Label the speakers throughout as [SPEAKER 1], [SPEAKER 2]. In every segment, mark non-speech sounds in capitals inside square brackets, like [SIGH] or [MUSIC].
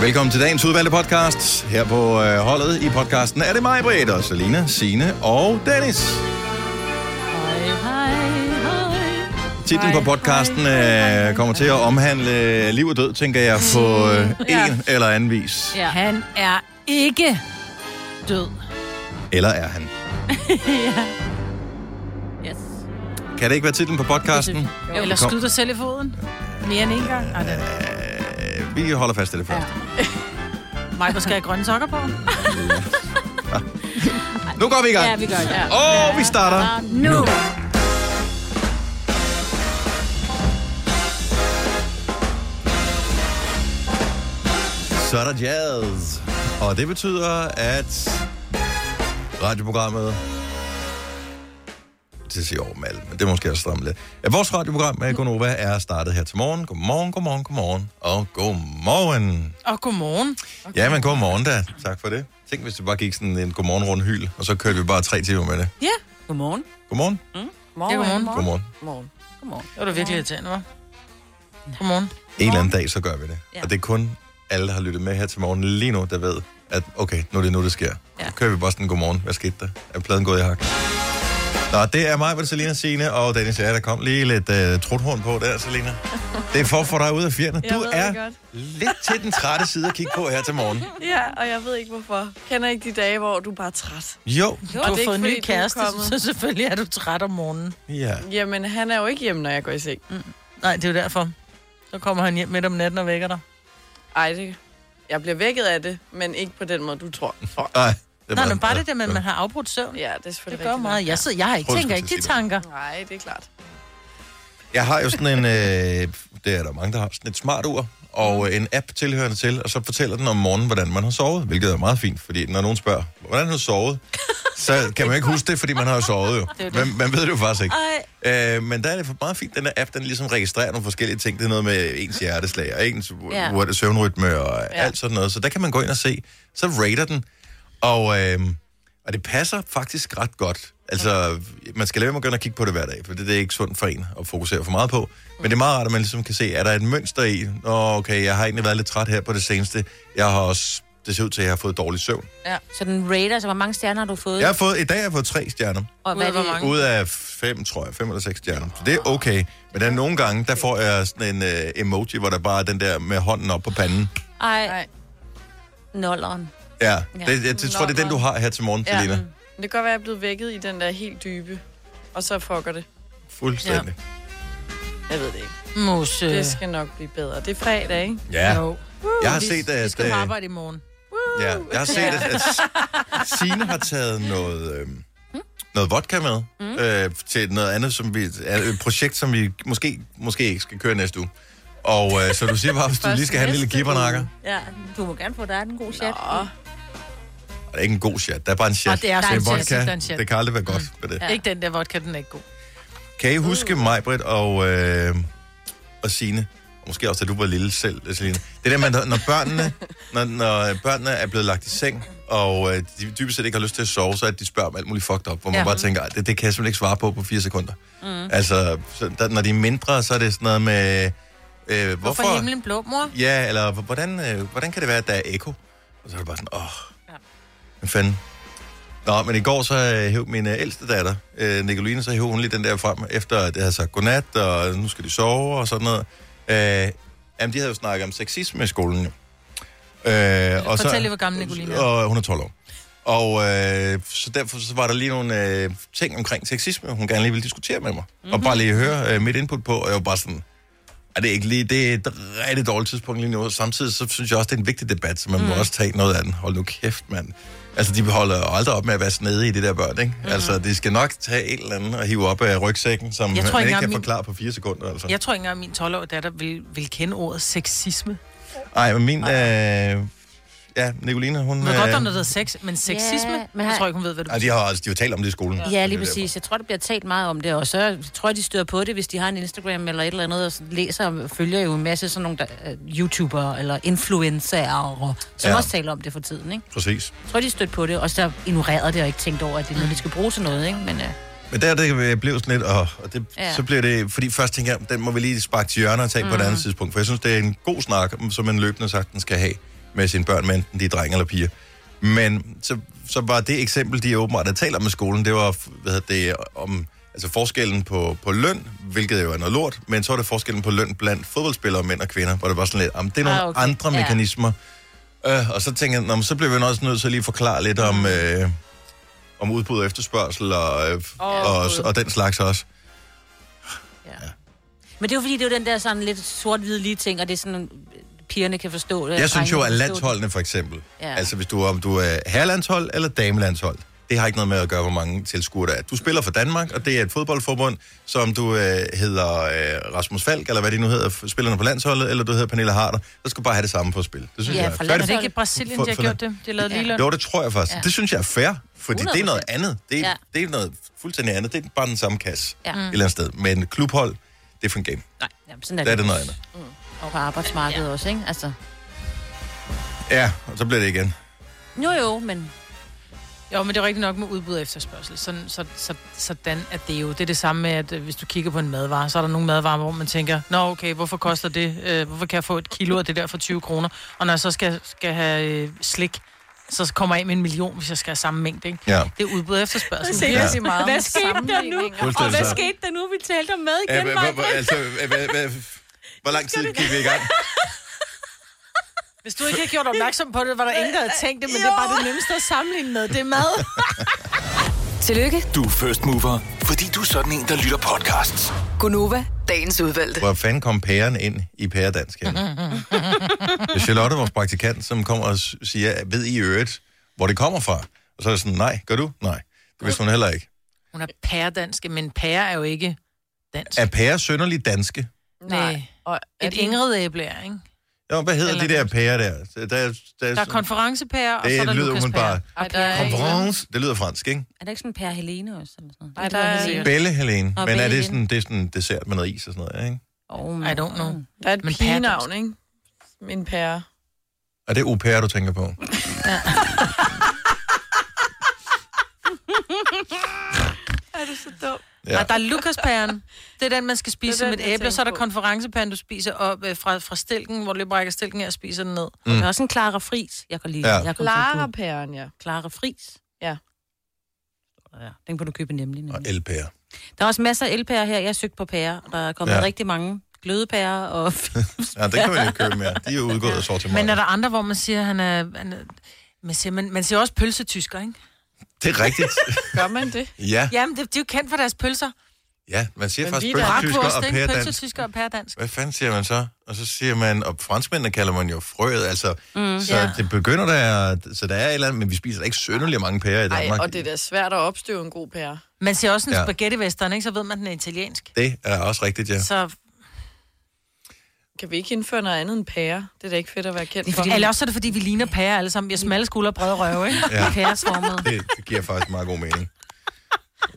[SPEAKER 1] Velkommen til dagens udvalgte podcast. Her på øh, holdet i podcasten er det mig, Britt, og Selina, Sine og Dennis. Titlen på podcasten øh, kommer til at omhandle liv og død, tænker jeg, på øh, en
[SPEAKER 2] Ja.
[SPEAKER 1] eller anden vis.
[SPEAKER 2] Ja. Han er ikke død.
[SPEAKER 1] Eller er han?
[SPEAKER 2] ja. Yes.
[SPEAKER 1] Kan det ikke være titlen på podcasten?
[SPEAKER 2] Jo, eller
[SPEAKER 1] Mm. Kom.
[SPEAKER 2] skyd dig selv i foden. Mere end en gang. Ej, det er
[SPEAKER 1] Øh, Vi holder fast i det først.
[SPEAKER 2] mig, hvor skal have grønne sokker på.
[SPEAKER 1] Nu går vi i gang.
[SPEAKER 3] Ja, vi gør det.
[SPEAKER 1] Og vi starter
[SPEAKER 3] Nu.
[SPEAKER 1] Så er der jazz. Og det betyder, at radioprogrammet... Det siger over med alt, men det er måske også stramme lidt. At vores radioprogram med Gonova er startet her til morgen. Godmorgen, godmorgen, godmorgen. Og godmorgen.
[SPEAKER 2] Og godmorgen.
[SPEAKER 1] Okay. Ja, men godmorgen da. Tak for det. Tænk, hvis det bare gik sådan en godmorgen rundt hyl, og så kørte vi bare tre timer med det.
[SPEAKER 2] Ja.
[SPEAKER 3] Godmorgen.
[SPEAKER 1] Godmorgen.
[SPEAKER 3] Morgen.
[SPEAKER 2] godmorgen.
[SPEAKER 1] Godmorgen.
[SPEAKER 3] Godmorgen. Godmorgen.
[SPEAKER 2] Det var da virkelig irriterende, hva'? Godmorgen.
[SPEAKER 1] En eller anden dag, så gør vi det. Ja.
[SPEAKER 3] Ja.
[SPEAKER 1] Og det er kun alle, der har lyttet med her til morgen lige nu, der ved, at okay, nu er det nu, det sker. Ja.
[SPEAKER 3] Ja.
[SPEAKER 1] Så kører vi bare sådan, godmorgen, hvad skete der? Er pladen gået i hak? Nå, det er mig, hvor Selina Signe og Dennis er. Der kom lige lidt uh, truthorn på der, Selina. Det er for at få dig ud af fjerne.
[SPEAKER 4] Jeg
[SPEAKER 1] Du
[SPEAKER 4] ved det
[SPEAKER 1] er
[SPEAKER 4] godt.
[SPEAKER 1] lidt til den trætte side at kigge på her til morgen.
[SPEAKER 4] Ja, og jeg ved ikke hvorfor. Kender ikke de dage, hvor du bare er træt?
[SPEAKER 1] Jo,
[SPEAKER 2] Du har
[SPEAKER 4] det er
[SPEAKER 2] fået en
[SPEAKER 4] ikke,
[SPEAKER 2] ny
[SPEAKER 4] fordi du er
[SPEAKER 2] kæreste,
[SPEAKER 4] kommet.
[SPEAKER 2] så selvfølgelig er du træt om morgenen.
[SPEAKER 1] ja.
[SPEAKER 4] Jamen, han er jo ikke hjemme, når jeg går i seng.
[SPEAKER 2] Nej, det er jo derfor. Så kommer han hjem midt om natten og vækker dig.
[SPEAKER 4] Ej, det... Jeg bliver vækket af det, men ikke på den måde, du tror. Oh,
[SPEAKER 1] Ej, det
[SPEAKER 2] Nej, men bare det der med, at man har afbrudt søvn.
[SPEAKER 4] ja, det er
[SPEAKER 2] Det
[SPEAKER 4] selvfølgelig
[SPEAKER 2] gør meget. Jeg, sidder, jeg har ikke
[SPEAKER 1] Prøv at
[SPEAKER 2] tænker
[SPEAKER 1] skulle
[SPEAKER 2] ikke de
[SPEAKER 1] til at sige
[SPEAKER 2] tanker.
[SPEAKER 4] Nej, det er klart.
[SPEAKER 1] Jeg har jo sådan en, øh, det er der mange, der har, sådan et smartur og øh, en app tilhørende til, og så fortæller den om morgenen, hvordan man har sovet, hvilket er meget fint, fordi når nogen spørger, hvordan har du sovet, så kan man ikke huske det, fordi man har jo sovet jo.
[SPEAKER 2] er jo det.
[SPEAKER 1] Man, man ved det jo faktisk ikke.
[SPEAKER 2] Ej.
[SPEAKER 1] Øh, men der er det for meget fint, den her app, den ligesom registrerer nogle forskellige ting. Det er noget med ens hjerteslag og ens
[SPEAKER 3] Ja.
[SPEAKER 1] ja. søvnrytme og ja. alt sådan noget. Så der kan man gå ind og se. Så rater den. Og, øh, og det passer faktisk ret godt. Altså, man skal lade være med at gå ind og kigge på det hver dag, for det, det er ikke sundt for en at fokusere for meget på. Men det er meget rart, at man ligesom kan se, er der et mønster i? Nå, okay, jeg har egentlig været lidt træt her på det seneste. Jeg har også, det ser ud til, at jeg har fået dårlig søvn.
[SPEAKER 3] Så den rater, så hvor mange stjerner har du fået?
[SPEAKER 1] Jeg har fået, i dag har jeg fået tre stjerner.
[SPEAKER 3] Og hvad er
[SPEAKER 2] Ud af
[SPEAKER 3] det?
[SPEAKER 2] hvor mange?
[SPEAKER 1] Ud af fem, tror jeg. Fem eller seks stjerner. Så det er okay. Men der er nogle gange, der får jeg sådan en øh, emoji, hvor der bare er den der med hånden op på panden.
[SPEAKER 3] Ej,
[SPEAKER 4] Nej.
[SPEAKER 3] nolleren.
[SPEAKER 1] Ja, det, jeg, jeg tror, det er den, du har her til morgen,
[SPEAKER 4] Ja.
[SPEAKER 1] Selina.
[SPEAKER 4] Men det kan godt være, at jeg er blevet vækket i den der helt dybe. Og så fucker det.
[SPEAKER 1] Fuldstændig.
[SPEAKER 4] Jeg ved det ikke.
[SPEAKER 2] Mose.
[SPEAKER 4] Det skal nok blive bedre. Det er fredag, ikke?
[SPEAKER 1] Ja.
[SPEAKER 2] Jo.
[SPEAKER 1] Jeg har set,
[SPEAKER 2] Vi
[SPEAKER 1] at,
[SPEAKER 2] skal
[SPEAKER 1] øh,
[SPEAKER 2] på arbejde i morgen.
[SPEAKER 1] ja, jeg har set, at, at Signe har taget noget, øh, noget vodka med øh, til noget andet, som vi, er et projekt, som vi måske, måske ikke skal køre næste uge. Og øh, så du siger bare, hvis du lige skal have en lille
[SPEAKER 4] Først næste
[SPEAKER 1] gibbernakker.
[SPEAKER 3] Ja, du må gerne få dig en god chat.
[SPEAKER 4] Åh,
[SPEAKER 1] Det er ikke en god chat, der er bare en chat.
[SPEAKER 2] Og Ah, det er
[SPEAKER 1] det
[SPEAKER 2] en chat,
[SPEAKER 1] vodka.
[SPEAKER 2] det er en chat. Mm.
[SPEAKER 1] Det kan aldrig være godt med det.
[SPEAKER 2] Ja. Mm. Ikke den der vodka, den er ikke god.
[SPEAKER 1] Kan I huske mig, Britt, og, øh, og Signe? Og måske også, da du var lille selv, Celine. Det der med, når- når børnene, når, når øh, børnene er blevet lagt i seng, og øh, de dybest set ikke har lyst til at sove, så er det, de spørger om alt muligt fucked up, hvor man ja.
[SPEAKER 2] Ja.
[SPEAKER 1] bare tænker, "Ej, det, det kan jeg simpelthen ikke svare på på fire sekunder. Mm. Altså, så, der, når de er mindre, så er det sådan noget med, øh, hvorfor?
[SPEAKER 2] Hvorfor er himlen blå, mor?
[SPEAKER 1] Ja, eller "H- hvordan, øh, hvordan kan det være, at der er ekko? Og så er det bare sådan, åh, ja. hvad fanden. Nå, men i går så øh, hæv min øh, ældste datter, øh, Nicoline, så hæv hun lige den der frem, efter at jeg havde sagt godnat, og nu skal de sove og sådan noget. Øh, jamen, de havde jo snakket om sexisme i skolen. jo. Øh, og
[SPEAKER 2] Fortæl lige, hvor gammel Nicoline er.
[SPEAKER 1] Og hun er 12 år. Og øh, så derfor så var der lige nogle øh, ting omkring sexisme, hun gerne lige ville diskutere med mig. Mm-hmm.
[SPEAKER 2] Mhm.
[SPEAKER 1] Og bare lige høre øh, mit input på, og jeg var bare sådan, er det ikke lige, det er et rigtig dårligt tidspunkt lige nu. Samtidig så synes jeg også, det er en vigtig debat, så man
[SPEAKER 2] Mhm.
[SPEAKER 1] mm. må også tage noget af den. Hold nu kæft, mand. Altså, de holder jo aldrig op med at være snede i det der børn, ikke? Mm.
[SPEAKER 2] Mhm.
[SPEAKER 1] Altså, de skal nok tage et eller andet og hive op af rygsækken, som
[SPEAKER 2] Jeg tror
[SPEAKER 1] man
[SPEAKER 2] ikke
[SPEAKER 1] ikke kan
[SPEAKER 2] engang, min-
[SPEAKER 1] forklare på fire sekunder, altså.
[SPEAKER 2] Jeg tror ikke engang, min 12-årige datter vil, vil kende ordet sexisme.
[SPEAKER 1] Ej, men min... Øh, ja, Nicoline, hun...
[SPEAKER 2] Hun ved godt, der er
[SPEAKER 1] øh,
[SPEAKER 2] noget, der hedder sex, men sexisme?
[SPEAKER 3] Ja,
[SPEAKER 2] Ja,
[SPEAKER 3] men
[SPEAKER 2] men
[SPEAKER 3] har-
[SPEAKER 2] jeg tror ikke, hun ved, hvad du
[SPEAKER 1] ej, de har også de har talt om det i skolen.
[SPEAKER 3] Ja, lige
[SPEAKER 1] Det er derfor.
[SPEAKER 3] præcis. Jeg tror, der bliver talt meget om det, og så tror jeg, de støder på det, hvis de har en Instagram eller et eller andet, og så læser og følger jo en masse sådan nogle der, uh, YouTubere eller influencerer, som
[SPEAKER 1] Ja.
[SPEAKER 3] ja. også taler om det for tiden, ikke?
[SPEAKER 1] Præcis.
[SPEAKER 3] Jeg tror, de stødt på det, og så ignorerede det og ikke tænkt over, at det er noget, de skal bruge til noget, ikke? Men uh,
[SPEAKER 1] Men der det blev sådan lidt, og, og det, ja.
[SPEAKER 3] Ja.
[SPEAKER 1] så bliver det, fordi først tænker jeg, den må vi lige sparke til hjørne og tage mm. på et andet tidspunkt, for jeg synes, det er en god snak, som man løbende sagtens skal have. med sine børn, men de er drenge eller piger. Men så, så var det eksempel, de åbenbart havde talt om med skolen, det var hvad hedder det, om altså forskellen på, på løn, hvilket jo er noget lort, men så var det forskellen på løn blandt fodboldspillere, mænd og kvinder, hvor det var sådan lidt, om det er nogle
[SPEAKER 3] Ah,
[SPEAKER 1] ah,
[SPEAKER 3] okay.
[SPEAKER 1] okay. andre
[SPEAKER 3] Ja.
[SPEAKER 1] mekanismer. Øh, og så tænkte jeg, nå, men så blev vi nok også nødt til at lige forklare lidt om, øh, om udbud og efterspørgsel og, øh, og,
[SPEAKER 4] Gud.
[SPEAKER 1] og den slags også.
[SPEAKER 3] Men det er jo fordi, det er jo den der sådan lidt sort-hvide lige ting, og det er sådan, øh, pigerne kan forstå det.
[SPEAKER 1] Jeg synes jo,
[SPEAKER 3] drengene
[SPEAKER 1] at
[SPEAKER 3] kan forstå
[SPEAKER 1] landsholdene for eksempel,
[SPEAKER 3] Ja.
[SPEAKER 1] ja. altså hvis du, om du er herrelandshold eller damelandshold, det har ikke noget med at gøre, hvor mange tilskuere der er. Du spiller for Danmark, og det er et fodboldforbund, som du øh, hedder øh, Rasmus Falk, eller hvad det nu hedder, f- spillerne på landsholdet, eller du hedder Pernille Harder, så skal du bare have det samme på spil. Det synes
[SPEAKER 3] Ja,
[SPEAKER 1] jeg er
[SPEAKER 3] for
[SPEAKER 1] fair.
[SPEAKER 2] Er
[SPEAKER 3] landsholdet
[SPEAKER 2] det ikke i Brasilien,
[SPEAKER 1] For-
[SPEAKER 2] de har
[SPEAKER 1] for-
[SPEAKER 2] gjort det? De har lavet
[SPEAKER 3] Ja.
[SPEAKER 2] ligeløn.
[SPEAKER 1] Jo, det tror jeg faktisk.
[SPEAKER 3] Ja.
[SPEAKER 1] Ja. Det synes jeg er fair, fordi 100%. det er noget
[SPEAKER 3] 100%.
[SPEAKER 1] andet. Det er,
[SPEAKER 3] Ja. Mm.
[SPEAKER 1] ja. det er noget fuldstændig andet. Det er bare den samme kasse
[SPEAKER 3] Ja.
[SPEAKER 1] ja. et eller andet sted. Men klubhold, det er for en game.
[SPEAKER 3] Nej, jamen, sådan er
[SPEAKER 1] Der
[SPEAKER 3] det. Mm.
[SPEAKER 1] er det noget andet.
[SPEAKER 3] Og på arbejdsmarkedet også, ikke? Altså,
[SPEAKER 1] Ja, og så bliver det igen.
[SPEAKER 3] jo jo, men
[SPEAKER 2] Jo, men det er rigtigt nok med udbud og efterspørgsel. Sådan, så, så, sådan er det jo. Det er det samme med, at øh, hvis du kigger på en madvare, så er der nogle madvarer, hvor man tænker, nå okay, hvorfor koster det? Øh, hvorfor kan jeg få et kilo af det der for 20 kroner? Og når jeg så skal, skal have øh, slik, så kommer jeg af med en million, hvis jeg skal have samme mængde, ikke?
[SPEAKER 1] Ja.
[SPEAKER 2] Det er udbud og efterspørgsel.
[SPEAKER 4] Det er meget om
[SPEAKER 3] Hvad skete der nu?
[SPEAKER 4] sammenligninger.
[SPEAKER 1] Fuldstændig så.
[SPEAKER 3] skete der nu? Vi talte om mad
[SPEAKER 1] Ja, hva- hva- hva- altså, hva- hva- hva- hvor lang tid gik vi i gang?
[SPEAKER 2] Hvis du ikke har gjort opmærksom på det, var der ingen, der havde tænkt det, men jo. det er bare det nemmeste at sammenligne med. Det er mad.
[SPEAKER 5] Tillykke,
[SPEAKER 6] Du er first mover, fordi du er sådan en, der lytter podcasts.
[SPEAKER 5] Gunova, dagens udvalgte.
[SPEAKER 1] Hvor fanden kom pæren ind i pæredansk? henne? Det er Charlotte, vores praktikant, som kommer og s- siger, ved I i øvrigt, hvor det kommer fra? Og så er jeg sådan, nej, gør du? Nej. Det vidste hun heller ikke.
[SPEAKER 2] Hun er pæredansk, men pære er jo ikke dansk.
[SPEAKER 1] Er pære sønderligt danske?
[SPEAKER 2] Nej.
[SPEAKER 4] Og er
[SPEAKER 2] Et
[SPEAKER 4] det-
[SPEAKER 2] Ingrid æble er, ikke?
[SPEAKER 1] Jo, hvad hedder
[SPEAKER 2] Eller-
[SPEAKER 1] de der pærer der? Der, der, der,
[SPEAKER 2] Der er konferencepære, og så er
[SPEAKER 1] det
[SPEAKER 2] der
[SPEAKER 1] lyder
[SPEAKER 2] Lukas
[SPEAKER 1] hun bare...
[SPEAKER 4] Ej, der er ikke-
[SPEAKER 1] Conference, det lyder fransk, ikke?
[SPEAKER 3] Er det ikke sådan Per Helene også? Eller sådan noget?
[SPEAKER 4] Nej, der er-
[SPEAKER 3] Helene.
[SPEAKER 1] Belle, Helene.
[SPEAKER 3] Og
[SPEAKER 1] Men er
[SPEAKER 3] Belle.
[SPEAKER 1] det sådan, det er sådan en dessert med noget is og sådan noget, ikke?
[SPEAKER 3] Oh,
[SPEAKER 2] I don't know.
[SPEAKER 4] Der er et
[SPEAKER 2] Men
[SPEAKER 4] pigenavn, ikke? Min pære.
[SPEAKER 1] Er det au pair, du tænker på?
[SPEAKER 4] Er du så dum?
[SPEAKER 2] Ja.
[SPEAKER 1] Ja.
[SPEAKER 2] Nej, der er lukaspæren. Det er den, man skal spise
[SPEAKER 4] Det er
[SPEAKER 2] som
[SPEAKER 4] den,
[SPEAKER 2] et
[SPEAKER 4] jeg
[SPEAKER 2] æble, og så er der
[SPEAKER 4] tænker på.
[SPEAKER 2] konferencepæren, du spiser op øh, fra, fra stilken, hvor du lige brækker stilken af og spiser den ned.
[SPEAKER 3] Mm. Der er også en Clara Fris, jeg kan lide.
[SPEAKER 1] Ja.
[SPEAKER 3] Jeg kan
[SPEAKER 4] Clara pæren, ja.
[SPEAKER 3] Clara Fris.
[SPEAKER 4] Ja.
[SPEAKER 3] ja. Den kan du købe nemlig.
[SPEAKER 1] Og
[SPEAKER 3] nemlig.
[SPEAKER 1] elpære.
[SPEAKER 3] Der er også masser af elpærer her. Jeg har søgt på pærer, og der er kommet ja.
[SPEAKER 1] Ja.
[SPEAKER 3] rigtig mange glødepærer.
[SPEAKER 1] [LAUGHS]
[SPEAKER 3] Og...
[SPEAKER 1] Ja, det kan man jo købe mere. De er jo udgået af sortimentet.
[SPEAKER 2] Men er der andre, hvor man siger, han er... Han er man siger, man, man siger også pølsetysker, ikke?
[SPEAKER 1] Det er
[SPEAKER 2] [LAUGHS]
[SPEAKER 1] rigtigt.
[SPEAKER 4] Gør man det?
[SPEAKER 1] Ja,
[SPEAKER 2] Jamen, det, de er jo kendt for deres pølser.
[SPEAKER 1] ja. man siger
[SPEAKER 4] Men
[SPEAKER 1] faktisk
[SPEAKER 4] vi er da-
[SPEAKER 1] pølsetysker og
[SPEAKER 2] Brakvurst, ikke?
[SPEAKER 1] pæredansk.
[SPEAKER 2] Pølsetysker og pærdansk.
[SPEAKER 1] Hvad fanden siger man så? Og så siger man, og franskmændene kalder man jo frøet, altså. Mm, så
[SPEAKER 2] Ja.
[SPEAKER 1] ja. det begynder der, så der er et eller andet, men vi spiser da ikke sønderlig mange pærer i
[SPEAKER 4] Ej,
[SPEAKER 1] Danmark.
[SPEAKER 4] og det er da svært at opstøve en god pære.
[SPEAKER 2] Man siger også en ja.
[SPEAKER 1] Ja.
[SPEAKER 2] spaghetti western, ikke? Så ved man, den er italiensk.
[SPEAKER 1] det er også rigtigt, ja.
[SPEAKER 2] Så,
[SPEAKER 4] Kan vi ikke indføre noget andet end pære? Det er da ikke fedt at være kendt for.
[SPEAKER 2] eller også er det, fordi vi ligner pærer alle sammen. Vi har smalle skuldre og brede røve, ikke?
[SPEAKER 1] Ja.
[SPEAKER 2] [LAUGHS]
[SPEAKER 3] Pæresformet.
[SPEAKER 1] Det, det giver faktisk meget god mening.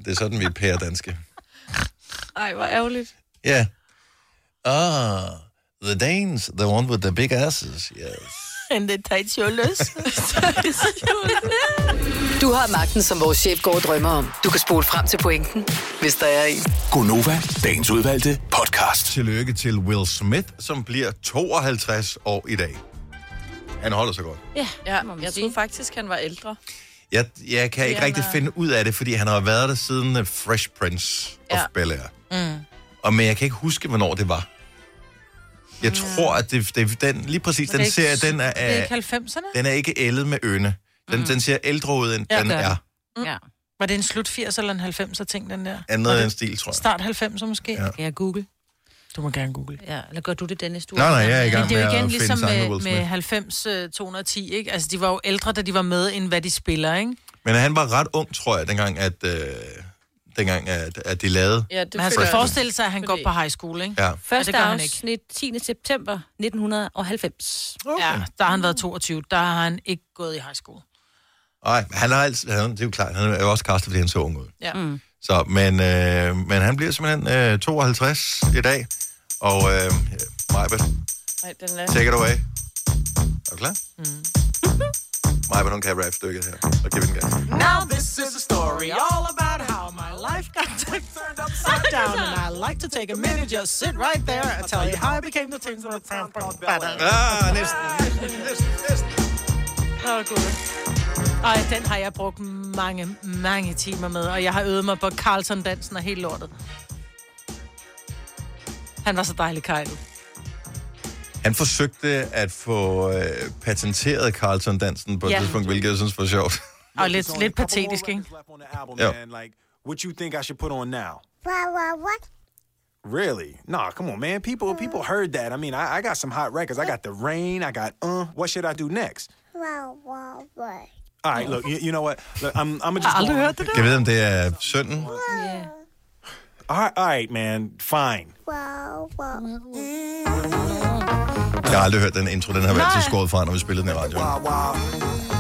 [SPEAKER 1] Det er sådan, vi er pæredanske.
[SPEAKER 4] Ej, hvor ærgerligt.
[SPEAKER 1] Ja. Ah, the Danes, the one with the big asses, yes.
[SPEAKER 2] And the tight shoulders.
[SPEAKER 5] Du har magten, som vores chef går og drømmer om. Du kan spole frem til pointen, hvis der er en.
[SPEAKER 6] Gonova, dagens udvalgte podcast.
[SPEAKER 1] Tillykke til Will Smith, som bliver 52 år i dag. Han holder sig godt.
[SPEAKER 3] Ja,
[SPEAKER 4] Ja,
[SPEAKER 3] må man
[SPEAKER 4] jeg
[SPEAKER 3] sige.
[SPEAKER 4] troede faktisk, han var ældre.
[SPEAKER 1] Jeg, jeg kan ikke
[SPEAKER 4] han
[SPEAKER 1] rigtig
[SPEAKER 4] er-
[SPEAKER 1] finde ud af det, fordi han har været der siden øh, Fresh Prince of
[SPEAKER 4] Ja.
[SPEAKER 1] Bel-Air. Mm. Og, men jeg kan ikke huske, hvornår det var. Jeg tror, at det, det, den, lige præcis
[SPEAKER 2] Mm. Det er
[SPEAKER 1] den
[SPEAKER 2] ikke-
[SPEAKER 1] serie, den er,
[SPEAKER 2] Det er ikke
[SPEAKER 1] er,
[SPEAKER 2] 90'erne?
[SPEAKER 1] den er ikke ældet med øne. Den, mm. den ser ældre ud, end
[SPEAKER 2] Ja,
[SPEAKER 1] den
[SPEAKER 2] gør
[SPEAKER 1] er.
[SPEAKER 3] Ja.
[SPEAKER 2] Var det en slut 80'er eller en 90'er ting, den der?
[SPEAKER 1] Er noget af den stil, tror jeg.
[SPEAKER 2] Start 90'er måske? Ja.
[SPEAKER 1] Ja.
[SPEAKER 3] Kan jeg google?
[SPEAKER 2] Du må gerne google.
[SPEAKER 3] Ja, eller gør du det, Dennis? Du
[SPEAKER 1] Nej, nej, jeg er i
[SPEAKER 2] Men
[SPEAKER 1] gang
[SPEAKER 2] det er jo
[SPEAKER 1] med
[SPEAKER 2] igen
[SPEAKER 1] at finde
[SPEAKER 2] ligesom
[SPEAKER 1] sange med
[SPEAKER 2] med,
[SPEAKER 1] Will
[SPEAKER 2] med
[SPEAKER 1] Smith.
[SPEAKER 2] 90, øh, 210, ikke? Altså, de var jo ældre, da de var med, end hvad de spiller, ikke?
[SPEAKER 1] Men han var ret ung, tror jeg, dengang, at, øh, dengang, at, at de lavede.
[SPEAKER 4] Ja, det
[SPEAKER 2] Men han
[SPEAKER 4] føler
[SPEAKER 2] skal
[SPEAKER 4] jeg.
[SPEAKER 2] forestille sig, at han går
[SPEAKER 4] Fordi-
[SPEAKER 2] på high school, ikke?
[SPEAKER 1] Ja.
[SPEAKER 2] Ja, det
[SPEAKER 3] Første
[SPEAKER 2] gør
[SPEAKER 3] ja,
[SPEAKER 2] han ikke.
[SPEAKER 3] afsnit 10. september 1990.
[SPEAKER 2] Ja, der har han været 22. Der har han ikke gået i high school.
[SPEAKER 1] Nej, han har altid, han, det er jo klart, han er jo også kastet, fordi han så ung ud.
[SPEAKER 2] Ja. Mm.
[SPEAKER 1] Så, men, øh, men han bliver simpelthen øh, 52 i dag. Og øh, Majbet,
[SPEAKER 4] Ej, den er...
[SPEAKER 1] take it away. Er du klar? Mm. Majbet, hun kan rap stykket her. Og giv den gas.
[SPEAKER 7] Now this is a story all about how my life I've got [LAUGHS] to turn upside down, and I like to take a minute, just sit right there and tell you how I became the things that I found called ballet.
[SPEAKER 1] Ah, næsten, næsten, næsten, næsten.
[SPEAKER 2] Åh, oh, gud. Ej, den har jeg brugt mange, mange timer med, og jeg har øvet mig på Carlton-dansen og helt lortet. Han var så dejlig, Kajlo.
[SPEAKER 1] Han forsøgte at få øh, patenteret Carlton-dansen på et
[SPEAKER 2] Ja.
[SPEAKER 1] tidspunkt, hvilket jeg synes var sjovt.
[SPEAKER 2] Og lidt, lidt patetisk, ikke? [LAUGHS]
[SPEAKER 1] Ja.
[SPEAKER 8] Yeah. Like, what you think I should put on now? Really? Nah, come on, man. People, people heard that. I mean, I, I got some hot records. I got the rain. I got uh. What should I do next? All right, look. You, you know what? Look, I'm, I'm gonna just.
[SPEAKER 2] Har
[SPEAKER 8] go
[SPEAKER 2] aldrig
[SPEAKER 8] on.
[SPEAKER 2] hørt det der?
[SPEAKER 1] Jeg ved, om det er sønnen.
[SPEAKER 8] All right, all right, man. Fine.
[SPEAKER 1] Jeg har aldrig hørt den intro, den har været til skåret fra, når vi spillede den i radioen.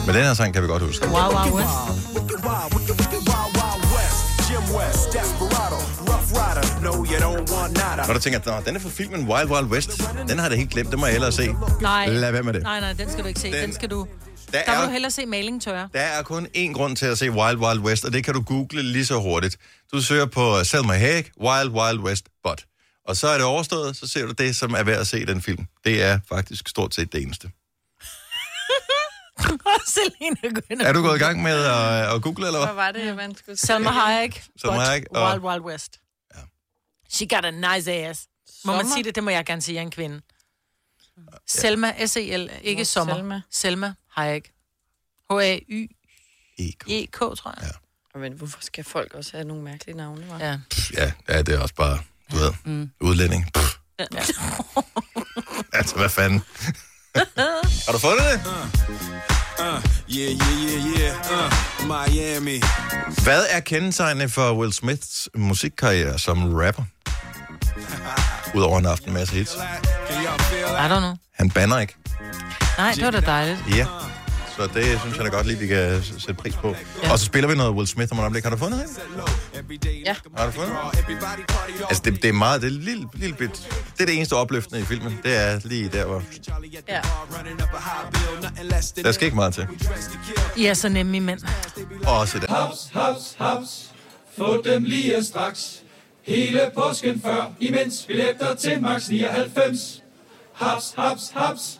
[SPEAKER 1] Men den her sang kan vi godt huske.
[SPEAKER 2] Wow, wow, wow.
[SPEAKER 7] Wicked wild, wicked, wicked wild, wild west. Jim West, Desperado, Rough Rider. No, you don't want nada.
[SPEAKER 1] Når du tænker, at den er fra filmen Wild Wild West, den har det helt glemt, den må jeg hellere se.
[SPEAKER 2] Nej.
[SPEAKER 1] Lad være med det.
[SPEAKER 2] Nej, nej, den skal du ikke se. Den,
[SPEAKER 1] Den-
[SPEAKER 2] den skal du...
[SPEAKER 1] Der
[SPEAKER 2] Der vil du
[SPEAKER 1] er,
[SPEAKER 2] hellere se maling tørre.
[SPEAKER 1] der er kun én grund til at se Wild Wild West, og det kan du google lige så hurtigt. Du søger på Selma Hayek, Wild Wild West, but. Og så er det overstået, så ser du det, som er værd at se i den film. Det er faktisk stort set det eneste.
[SPEAKER 2] Selina Gønner.
[SPEAKER 1] Er du gået i gang med at, at google, eller hvad?
[SPEAKER 4] Hvad var det, man skulle sige?
[SPEAKER 2] Selma Hayek.
[SPEAKER 1] Selma
[SPEAKER 2] but
[SPEAKER 1] Hayek, og-
[SPEAKER 2] Wild Wild West. She got a nice ass. Må man sige det? Det må jeg gerne sige. Jeg er en kvinde. Selma, S-E-L, ikke
[SPEAKER 4] Nå,
[SPEAKER 2] sommer. Selma.
[SPEAKER 4] Selma.
[SPEAKER 2] Selma Hayek. H-A-Y-E-K,
[SPEAKER 1] EK.
[SPEAKER 2] E tror jeg.
[SPEAKER 4] Men hvorfor skal folk også have nogle mærkelige navne, var?
[SPEAKER 2] Ja. ja.
[SPEAKER 1] Ja, ja, det er også bare, du ved, udlænding. Pff.
[SPEAKER 2] ja.
[SPEAKER 1] [LAUGHS] Altså, hvad fanden? har du fundet det?
[SPEAKER 7] Uh, Yeah, yeah, yeah, yeah. Uh, Miami.
[SPEAKER 1] Hvad er kendetegnene for Will Smiths musikkarriere som
[SPEAKER 7] [LAUGHS]
[SPEAKER 1] rapper? Udover en aften med hits.
[SPEAKER 7] Can y'all feel
[SPEAKER 2] I don't know.
[SPEAKER 1] Han banner ikke.
[SPEAKER 2] Nej, det var da dejligt.
[SPEAKER 1] Ja. Så det synes jeg da godt lige, vi kan s- sætte pris på. Og så spiller vi noget Will Smith om et øjeblik. Har du fundet det?
[SPEAKER 4] Ja.
[SPEAKER 1] Har du fundet det?
[SPEAKER 7] Everybody party all
[SPEAKER 1] Altså, det, det er meget, det er lille, lille bit. Det er det eneste opløftende i filmen. Det er lige der, hvor...
[SPEAKER 4] ja.
[SPEAKER 7] running up a high bill, nothing less than
[SPEAKER 1] Der skal ikke meget til.
[SPEAKER 2] I er så nemme i mænd.
[SPEAKER 1] Og også det.
[SPEAKER 9] Haps, haps, haps. Få dem lige straks. Hele påsken før, imens billetter til max 99. Haps, haps, haps.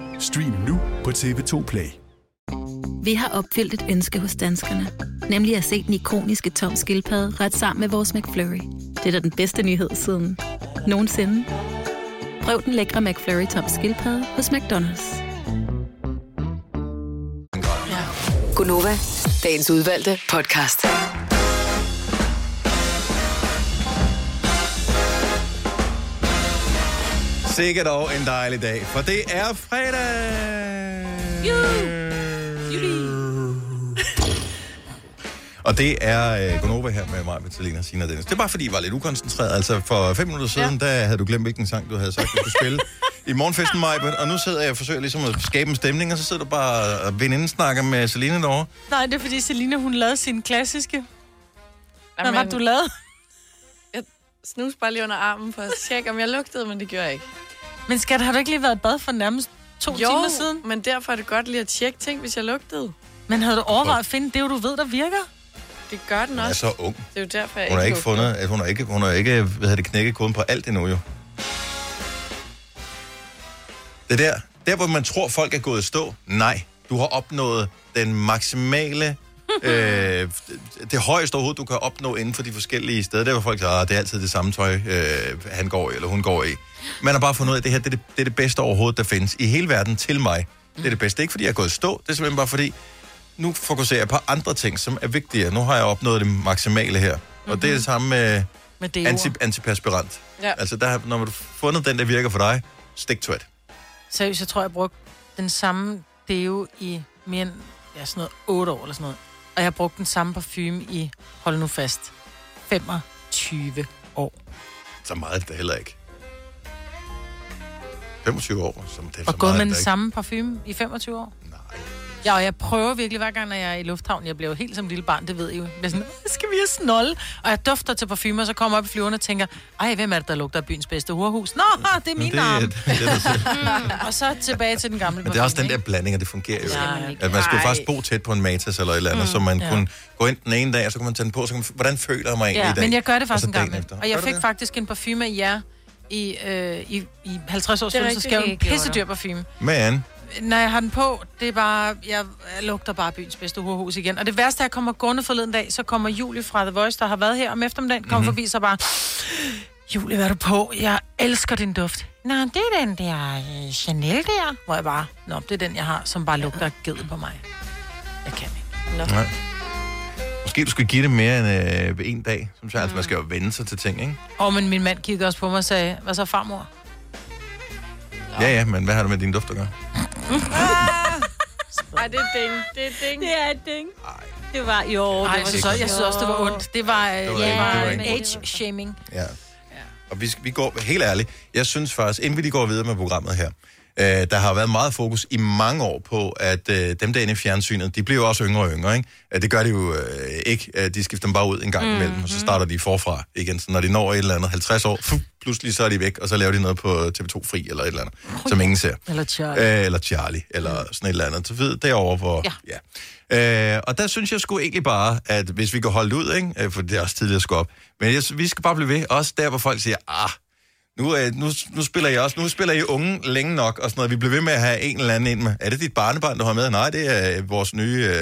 [SPEAKER 6] Stream nu på TV2 Play.
[SPEAKER 10] Vi har opfyldt et ønske hos danskerne. Nemlig at se den ikoniske tom skildpadde ret sammen med vores McFlurry. Det er da den bedste nyhed siden nogensinde. Prøv den lækre McFlurry tom skildpadde hos McDonald's.
[SPEAKER 5] Gunova, dagens udvalgte podcast.
[SPEAKER 1] Sikkert dog en dejlig dag, for det er fredag! Og det er øh, Gunova her med mig, med Selina, Sina og Dennis. Det er bare fordi, I var lidt ukoncentreret. Altså for fem minutter siden, ja. der havde du glemt, hvilken sang du havde sagt, du skulle spille i morgenfesten, Majbert. Og nu sidder jeg og forsøger ligesom at skabe en stemning, og så sidder du bare og veninden snakker med Selina derovre.
[SPEAKER 2] Nej, det er fordi Selina, hun lavede sin klassiske. Hvad
[SPEAKER 4] Jamen,
[SPEAKER 2] var det, du lavede?
[SPEAKER 4] snus bare lige under armen for at tjekke, om jeg lugtede, men det gjorde jeg ikke.
[SPEAKER 2] Men skat, har du ikke lige været i bad for nærmest to jo. timer siden?
[SPEAKER 4] men derfor er det godt lige at tjekke ting, hvis jeg lugtede.
[SPEAKER 2] Men havde du overvejet at finde det, du ved, der virker?
[SPEAKER 4] Det gør den
[SPEAKER 1] Hun er
[SPEAKER 4] også.
[SPEAKER 1] så ung.
[SPEAKER 4] Det er jo derfor, jeg
[SPEAKER 1] altså, Hun har
[SPEAKER 4] ikke
[SPEAKER 1] ikke
[SPEAKER 4] lugtede.
[SPEAKER 1] fundet, at hun har ikke, hun har ikke hvad hedder det, knækket koden på alt endnu jo. Det der, der hvor man tror, folk er gået i stå, nej, du har opnået den
[SPEAKER 4] [LAUGHS]
[SPEAKER 1] maksimale, øh, det højeste overhovedet, du kan opnå inden for de forskellige steder. Der hvor folk siger, "Ah, det er altid det samme tøj, øh, han går i, eller hun går i. Man har bare fundet ud af, at det her det er det, det, er det bedste overhovedet, der findes i hele verden til mig. Det er det bedste. Ikke fordi jeg er gået i stå, det er simpelthen bare fordi, nu fokuserer jeg på andre ting, som er vigtigere. Nu har jeg opnået det maksimale her. Mm-hmm.
[SPEAKER 2] Mhm.
[SPEAKER 1] Og det er det samme med
[SPEAKER 2] Med det
[SPEAKER 1] anti,
[SPEAKER 2] Antip-
[SPEAKER 1] antiperspirant.
[SPEAKER 4] Ja.
[SPEAKER 1] Altså, der, har- når du har fundet den, der virker for dig, stick to it.
[SPEAKER 2] Seriøst, jeg tror, jeg brugte den samme deo i mere end ja, sådan noget, 8 år eller sådan noget. Og jeg har brugt den samme parfume i, hold nu fast, 25 år.
[SPEAKER 1] Så meget er det da heller ikke. 25 år, som det er så
[SPEAKER 2] Og gået
[SPEAKER 1] meget,
[SPEAKER 2] med
[SPEAKER 1] er
[SPEAKER 2] den
[SPEAKER 1] det da
[SPEAKER 2] samme parfume i 25 år? Nej. Ja, og jeg prøver virkelig hver gang, når jeg er i lufthavnen. Jeg bliver jo helt som et lille barn, det ved I jo. Jeg bliver sådan, "Åh, skal vi have snolle? Og jeg dufter til parfume, og så kommer jeg op i flyverne og tænker, ej, hvem er det, der lugter af byens bedste hurhus? Nå, det er min
[SPEAKER 1] det er-
[SPEAKER 2] arm.
[SPEAKER 1] det er dig
[SPEAKER 2] Mm, og så tilbage til den gamle
[SPEAKER 1] Men det er også den der blanding, og det fungerer jo.
[SPEAKER 2] Det skal man ikke.
[SPEAKER 1] At man skulle
[SPEAKER 2] Nej.
[SPEAKER 1] faktisk bo tæt på en matas eller et eller andet,
[SPEAKER 2] Mm,
[SPEAKER 1] mm, så man
[SPEAKER 2] ja.
[SPEAKER 1] ja. kunne gå ind den ene dag, og så kunne man tage den på, så kunne man, f- hvordan føler jeg mig egentlig
[SPEAKER 2] ja,
[SPEAKER 1] i dag?
[SPEAKER 2] men jeg gør det
[SPEAKER 1] Og
[SPEAKER 2] faktisk
[SPEAKER 1] så
[SPEAKER 2] en gang.
[SPEAKER 1] Altså dagen
[SPEAKER 2] imellem.
[SPEAKER 1] efter.
[SPEAKER 2] Og jeg
[SPEAKER 1] Gør du
[SPEAKER 2] fik
[SPEAKER 1] det?
[SPEAKER 2] faktisk en parfume af jer i, øh, i, i 50 års
[SPEAKER 11] Det er
[SPEAKER 2] fødselsdag. Så
[SPEAKER 11] rigtigt,
[SPEAKER 2] skal jeg jo en
[SPEAKER 11] det gjorde
[SPEAKER 2] pissedyr
[SPEAKER 11] du.
[SPEAKER 2] parfume.
[SPEAKER 1] Men,
[SPEAKER 2] Når jeg har den på, det er bare, jeg, jeg lugter bare byens bedste hurhus igen. Og det værste er, at jeg kommer gående forleden dag, så kommer Julie fra The Voice, der har været her om eftermiddagen, kommer
[SPEAKER 11] Mhm.
[SPEAKER 2] forbi, så bare, Julie, hvad er du på? Jeg elsker din duft. Nå, det er den der øh, Chanel der, hvor jeg bare, nå, det er den, jeg har, som bare lugter af ged på mig. Jeg kan ikke. Nå.
[SPEAKER 1] nej. Måske du skulle give det mere end øh, en dag, som jeg. Altså, man skal jo vende sig til ting, ikke?
[SPEAKER 2] Og men min mand kiggede også på mig og sagde, hvad så farmor?
[SPEAKER 1] Ja, ja, men hvad har det med din duft at gøre?
[SPEAKER 4] Ej, det er ding. Det er ding.
[SPEAKER 3] Det er et ding. Det var, jo,
[SPEAKER 2] Ej,
[SPEAKER 3] det var
[SPEAKER 2] så, jeg synes også, det var ondt. Det var, øh,
[SPEAKER 1] Det
[SPEAKER 2] det
[SPEAKER 1] var
[SPEAKER 2] var,
[SPEAKER 1] ikke- det var
[SPEAKER 2] ja,
[SPEAKER 1] ikke
[SPEAKER 2] age-shaming.
[SPEAKER 1] Ja. Og vi, skal- vi går, helt ærligt, jeg synes faktisk, inden vi lige går videre med programmet her, øh, der har været meget fokus i mange år på, at øh, dem derinde i fjernsynet, de bliver jo også yngre og yngre, ikke? Øh, det gør de jo øh, ikke. Øh, de skifter dem bare ud en gang imellem, og så starter de forfra igen. Så når de når et eller andet 50 år, fuh, pludselig så er de væk, og så laver de noget på TV2 Fri eller et eller andet, som ingen ser.
[SPEAKER 2] Eller Charlie. Mm.
[SPEAKER 1] Øh, eller Charlie, eller sådan et eller andet. Så ved derovre, hvor...
[SPEAKER 2] Ja.
[SPEAKER 1] ja. Øh, og der synes jeg sgu egentlig bare, at hvis vi kan holde ud, ikke? Øh, for det er også tidligere at skulle op, men jeg, vi skal bare blive ved, også der, hvor folk siger, ah, nu, øh, nu, nu spiller jeg også, nu spiller I unge længe nok, og sådan noget. Vi bliver ved med at have en eller anden ind med. Er det dit barnebarn, du har med? Nej, det er vores nye, øh,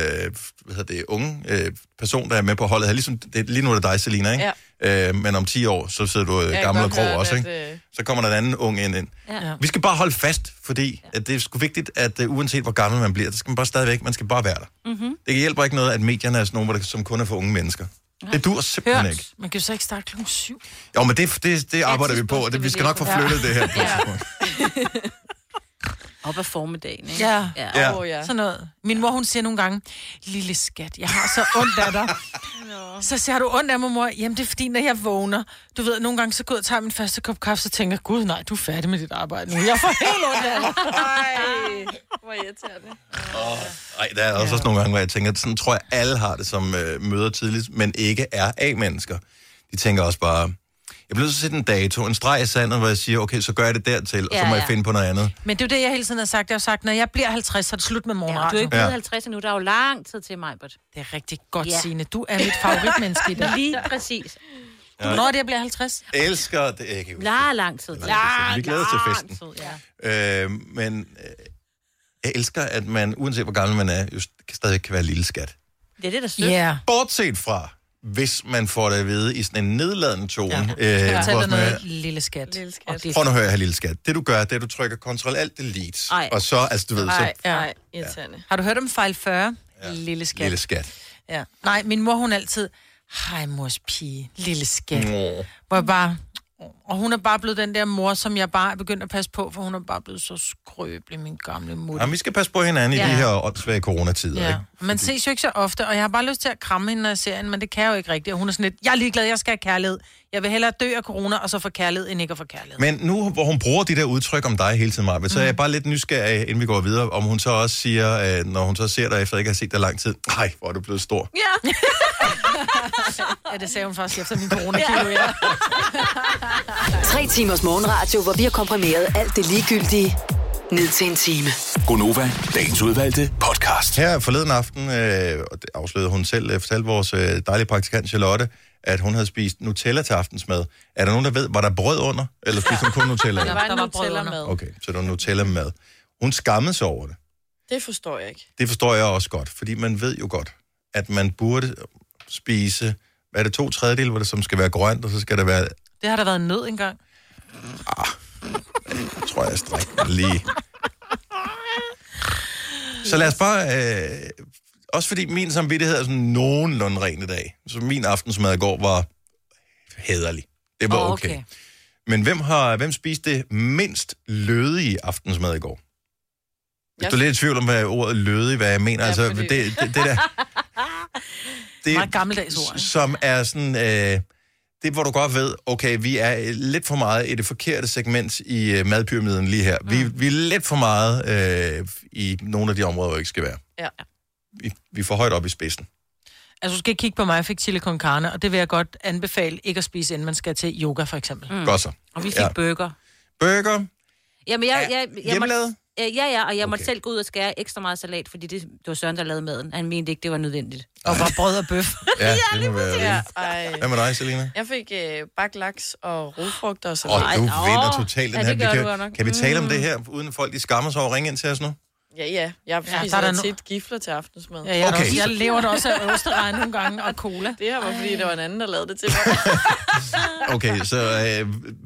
[SPEAKER 1] hvad hedder det, unge øh, person, der er med på holdet her. Ligesom, det, lige nu er det dig, Selina, ikke? Ja. Øh, men om 10 år, så sidder du øh, gammel og grå også, ikke? Så kommer der en anden ung ind ind.
[SPEAKER 2] Ja.
[SPEAKER 1] Vi skal bare holde fast, fordi at det er sgu vigtigt, at uh, uanset hvor gammel man bliver, så skal man bare stadigvæk, man skal bare være der.
[SPEAKER 2] Mm-hmm.
[SPEAKER 1] Det hjælper ikke noget, at medierne er sådan nogle, hvor det- som kun er for unge mennesker. Det dur simpelthen ikke.
[SPEAKER 2] Man kan jo så ikke starte klokken syv.
[SPEAKER 1] Jo, men det, det, det arbejder vi på, og det, vi skal nok få flyttet det her. på et tidspunkt.
[SPEAKER 3] Op ad formiddagen, ikke?
[SPEAKER 2] Ja.
[SPEAKER 1] Ja.
[SPEAKER 2] Åh, Sådan noget. Min mor, hun siger nogle gange, lille skat, jeg har så ondt af dig. så siger "Har du ondt af mig, mor. Jamen, det er fordi, når jeg vågner, du ved, nogle gange så går jeg og tager min første kop kaffe, så tænker jeg, gud nej, du er færdig med dit arbejde nu. Jeg får helt ondt af
[SPEAKER 4] [LAUGHS]
[SPEAKER 2] dig.
[SPEAKER 4] Ej, hvor irriterende.
[SPEAKER 1] Ej, der er også, også nogle gange, hvor jeg tænker, sådan tror jeg, alle har det, som øh, møder tidligt, men ikke er A-mennesker. De tænker også bare, jeg bliver nødt til at sætte en dato, en streg i sandet, hvor jeg siger, okay, så gør jeg det dertil, og så
[SPEAKER 3] Ja,
[SPEAKER 1] må jeg
[SPEAKER 3] ja.
[SPEAKER 1] finde på noget andet.
[SPEAKER 2] Men det er jo det, jeg hele tiden har sagt. Jeg har sagt, når jeg bliver 50, så er det slut med morgenradio.
[SPEAKER 3] Du er ikke
[SPEAKER 1] Ja.
[SPEAKER 3] blevet 50 endnu, der er jo lang tid til mig, Det
[SPEAKER 2] er rigtig godt, Signe. Du er mit favoritmenneske i dag.
[SPEAKER 3] Lige præcis.
[SPEAKER 1] Ja.
[SPEAKER 2] Hvornår er det, jeg bliver 50?
[SPEAKER 1] Elsker det, jeg kan
[SPEAKER 3] La, lang tid.
[SPEAKER 1] Ja, vi glæder os til festen.
[SPEAKER 3] Tid, ja.
[SPEAKER 1] Øh, men øh, jeg elsker, at man, uanset hvor gammel man er, jo st- kan- stadig kan være lille skat.
[SPEAKER 3] Det er det, der sødt.
[SPEAKER 1] Bortset fra, hvis man får det at vide i sådan en nedladende tone. Ja. Øh,
[SPEAKER 2] Jeg
[SPEAKER 1] hvor
[SPEAKER 2] fortæller
[SPEAKER 1] sådan,
[SPEAKER 2] noget, lille skat. Lille skat.
[SPEAKER 1] øh, Prøv nu at høre her, lille skat. Det du gør, det er, at du trykker Ctrl Alt Delete.
[SPEAKER 2] Ej.
[SPEAKER 1] Og så, altså du ved, så
[SPEAKER 2] Ej, irriterende. Har du hørt om fejl 40? Ja. Lille skat.
[SPEAKER 1] lille skat.
[SPEAKER 2] Ja. Nej, min mor, hun er altid, hej mors pige, lille skat.
[SPEAKER 1] Nå.
[SPEAKER 2] Hvor jeg bare, og hun er bare blevet den der mor, som jeg bare er begyndt at passe på, for hun er bare blevet så skrøbelig, min gamle mor.
[SPEAKER 1] Jamen, vi skal passe på hinanden ja.
[SPEAKER 2] Ja.
[SPEAKER 1] i de her åndssvage coronatider,
[SPEAKER 2] Ja.
[SPEAKER 1] ikke?
[SPEAKER 2] Man ses jo ikke så ofte, og jeg har bare lyst til at kramme hende, når jeg ser hende, men det kan jeg jo ikke rigtigt. Og hun er sådan lidt, jeg er ligeglad, jeg skal have kærlighed. Jeg vil hellere dø af corona, og så få kærlighed, end ikke at få kærlighed.
[SPEAKER 1] Men nu, hvor hun bruger de der udtryk om dig hele tiden, Marve,
[SPEAKER 2] Mm.
[SPEAKER 1] så er jeg bare lidt nysgerrig, inden vi går videre, om hun så også siger, øh, når hun så ser dig efter ikke at have set dig lang tid, nej, hvor er du blevet stor.
[SPEAKER 2] Ja. ja, det sagde hun faktisk efter min corona ja.
[SPEAKER 5] Tre timers morgenradio, hvor vi har komprimeret alt det ligegyldige ned til en time.
[SPEAKER 1] Gonova, dagens udvalgte podcast. Her forleden aften, øh, og det afslørede hun selv, øh, fortalte vores øh, dejlige praktikant Charlotte, at hun havde spist Nutella til aftensmad. Er der nogen, der ved, var der brød under, eller spiste hun kun Nutella?
[SPEAKER 4] Der var en Nutella-mad.
[SPEAKER 1] Okay, så det var Nutella mad. Hun skammede sig over det.
[SPEAKER 4] Det forstår jeg ikke.
[SPEAKER 1] Det forstår jeg også godt, fordi man ved jo godt, at man burde spise, hvad er det, to tredjedel, hvor det som skal være grønt, og så skal der være,
[SPEAKER 2] Det har der været nød engang.
[SPEAKER 1] tror jeg, stræk lige. Så lad os bare, øh, også fordi min samvittighed er sådan nogenlunde ren i dag, så min aftensmad i går var hæderlig. Det var
[SPEAKER 12] Åh,
[SPEAKER 1] okay. okay. Men hvem har hvem spiste det mindst lødige aftensmad i går? Hvis
[SPEAKER 2] Jeg-
[SPEAKER 1] du er lidt i tvivl om, hvad ordet lødig, hvad jeg mener, ja, altså,
[SPEAKER 2] fordi-
[SPEAKER 1] det, det, det der...
[SPEAKER 2] Meget gammeldags ord, ikke?
[SPEAKER 1] Som er sådan... Øh, det, hvor du godt ved, okay, vi er øh, lidt for meget i det forkerte segment i øh, madpyramiden lige her. Vi,
[SPEAKER 4] Mm.
[SPEAKER 1] vi er lidt for meget øh, i nogle af de områder, hvor vi ikke skal være.
[SPEAKER 2] Ja.
[SPEAKER 1] Vi, vi er for højt op i spidsen.
[SPEAKER 2] Altså, du skal ikke kigge på mig, jeg fik chili con carne, og det vil jeg godt anbefale ikke at spise, inden man skal til yoga, for eksempel.
[SPEAKER 1] Mm. Godt så.
[SPEAKER 3] Og vi fik ja. burger.
[SPEAKER 1] Burger.
[SPEAKER 3] Jamen, jeg, jeg, jeg, jeg
[SPEAKER 1] Hjemmelavet?
[SPEAKER 3] måtte, Øh, ja, ja, og jeg okay. måtte selv gå ud og skære ekstra meget salat, fordi det, det var Søren, der lavede maden. Han mente ikke, det var nødvendigt. Og bare brød og bøf.
[SPEAKER 1] Ja, det må være
[SPEAKER 4] [LAUGHS] Ja,
[SPEAKER 1] det.
[SPEAKER 4] ej.
[SPEAKER 1] Hvad med dig, Selina?
[SPEAKER 4] Jeg fik øh, bakt laks og rodfrugter og
[SPEAKER 1] Åh,
[SPEAKER 4] sådan
[SPEAKER 1] oh, du
[SPEAKER 4] Ej,
[SPEAKER 1] vinder
[SPEAKER 4] åh.
[SPEAKER 1] totalt den
[SPEAKER 4] ja,
[SPEAKER 1] her.
[SPEAKER 4] det
[SPEAKER 1] Vi
[SPEAKER 4] gør du
[SPEAKER 1] kan,
[SPEAKER 4] godt nok.
[SPEAKER 1] kan vi tale om
[SPEAKER 4] Mm.
[SPEAKER 1] det her, uden at folk de skammer sig over at ringe ind til os nu?
[SPEAKER 4] Ja, ja. Jeg
[SPEAKER 2] Ja,
[SPEAKER 4] spiser
[SPEAKER 2] der er der
[SPEAKER 4] ja,
[SPEAKER 2] no-
[SPEAKER 4] tit gifler til aftensmad.
[SPEAKER 2] Ja, jeg, okay.
[SPEAKER 1] Okay.
[SPEAKER 2] også, jeg lever da også af osterregn nogle gange, og cola.
[SPEAKER 4] Det her var, fordi det var en anden, der lavede det til mig.
[SPEAKER 1] Okay, så øh,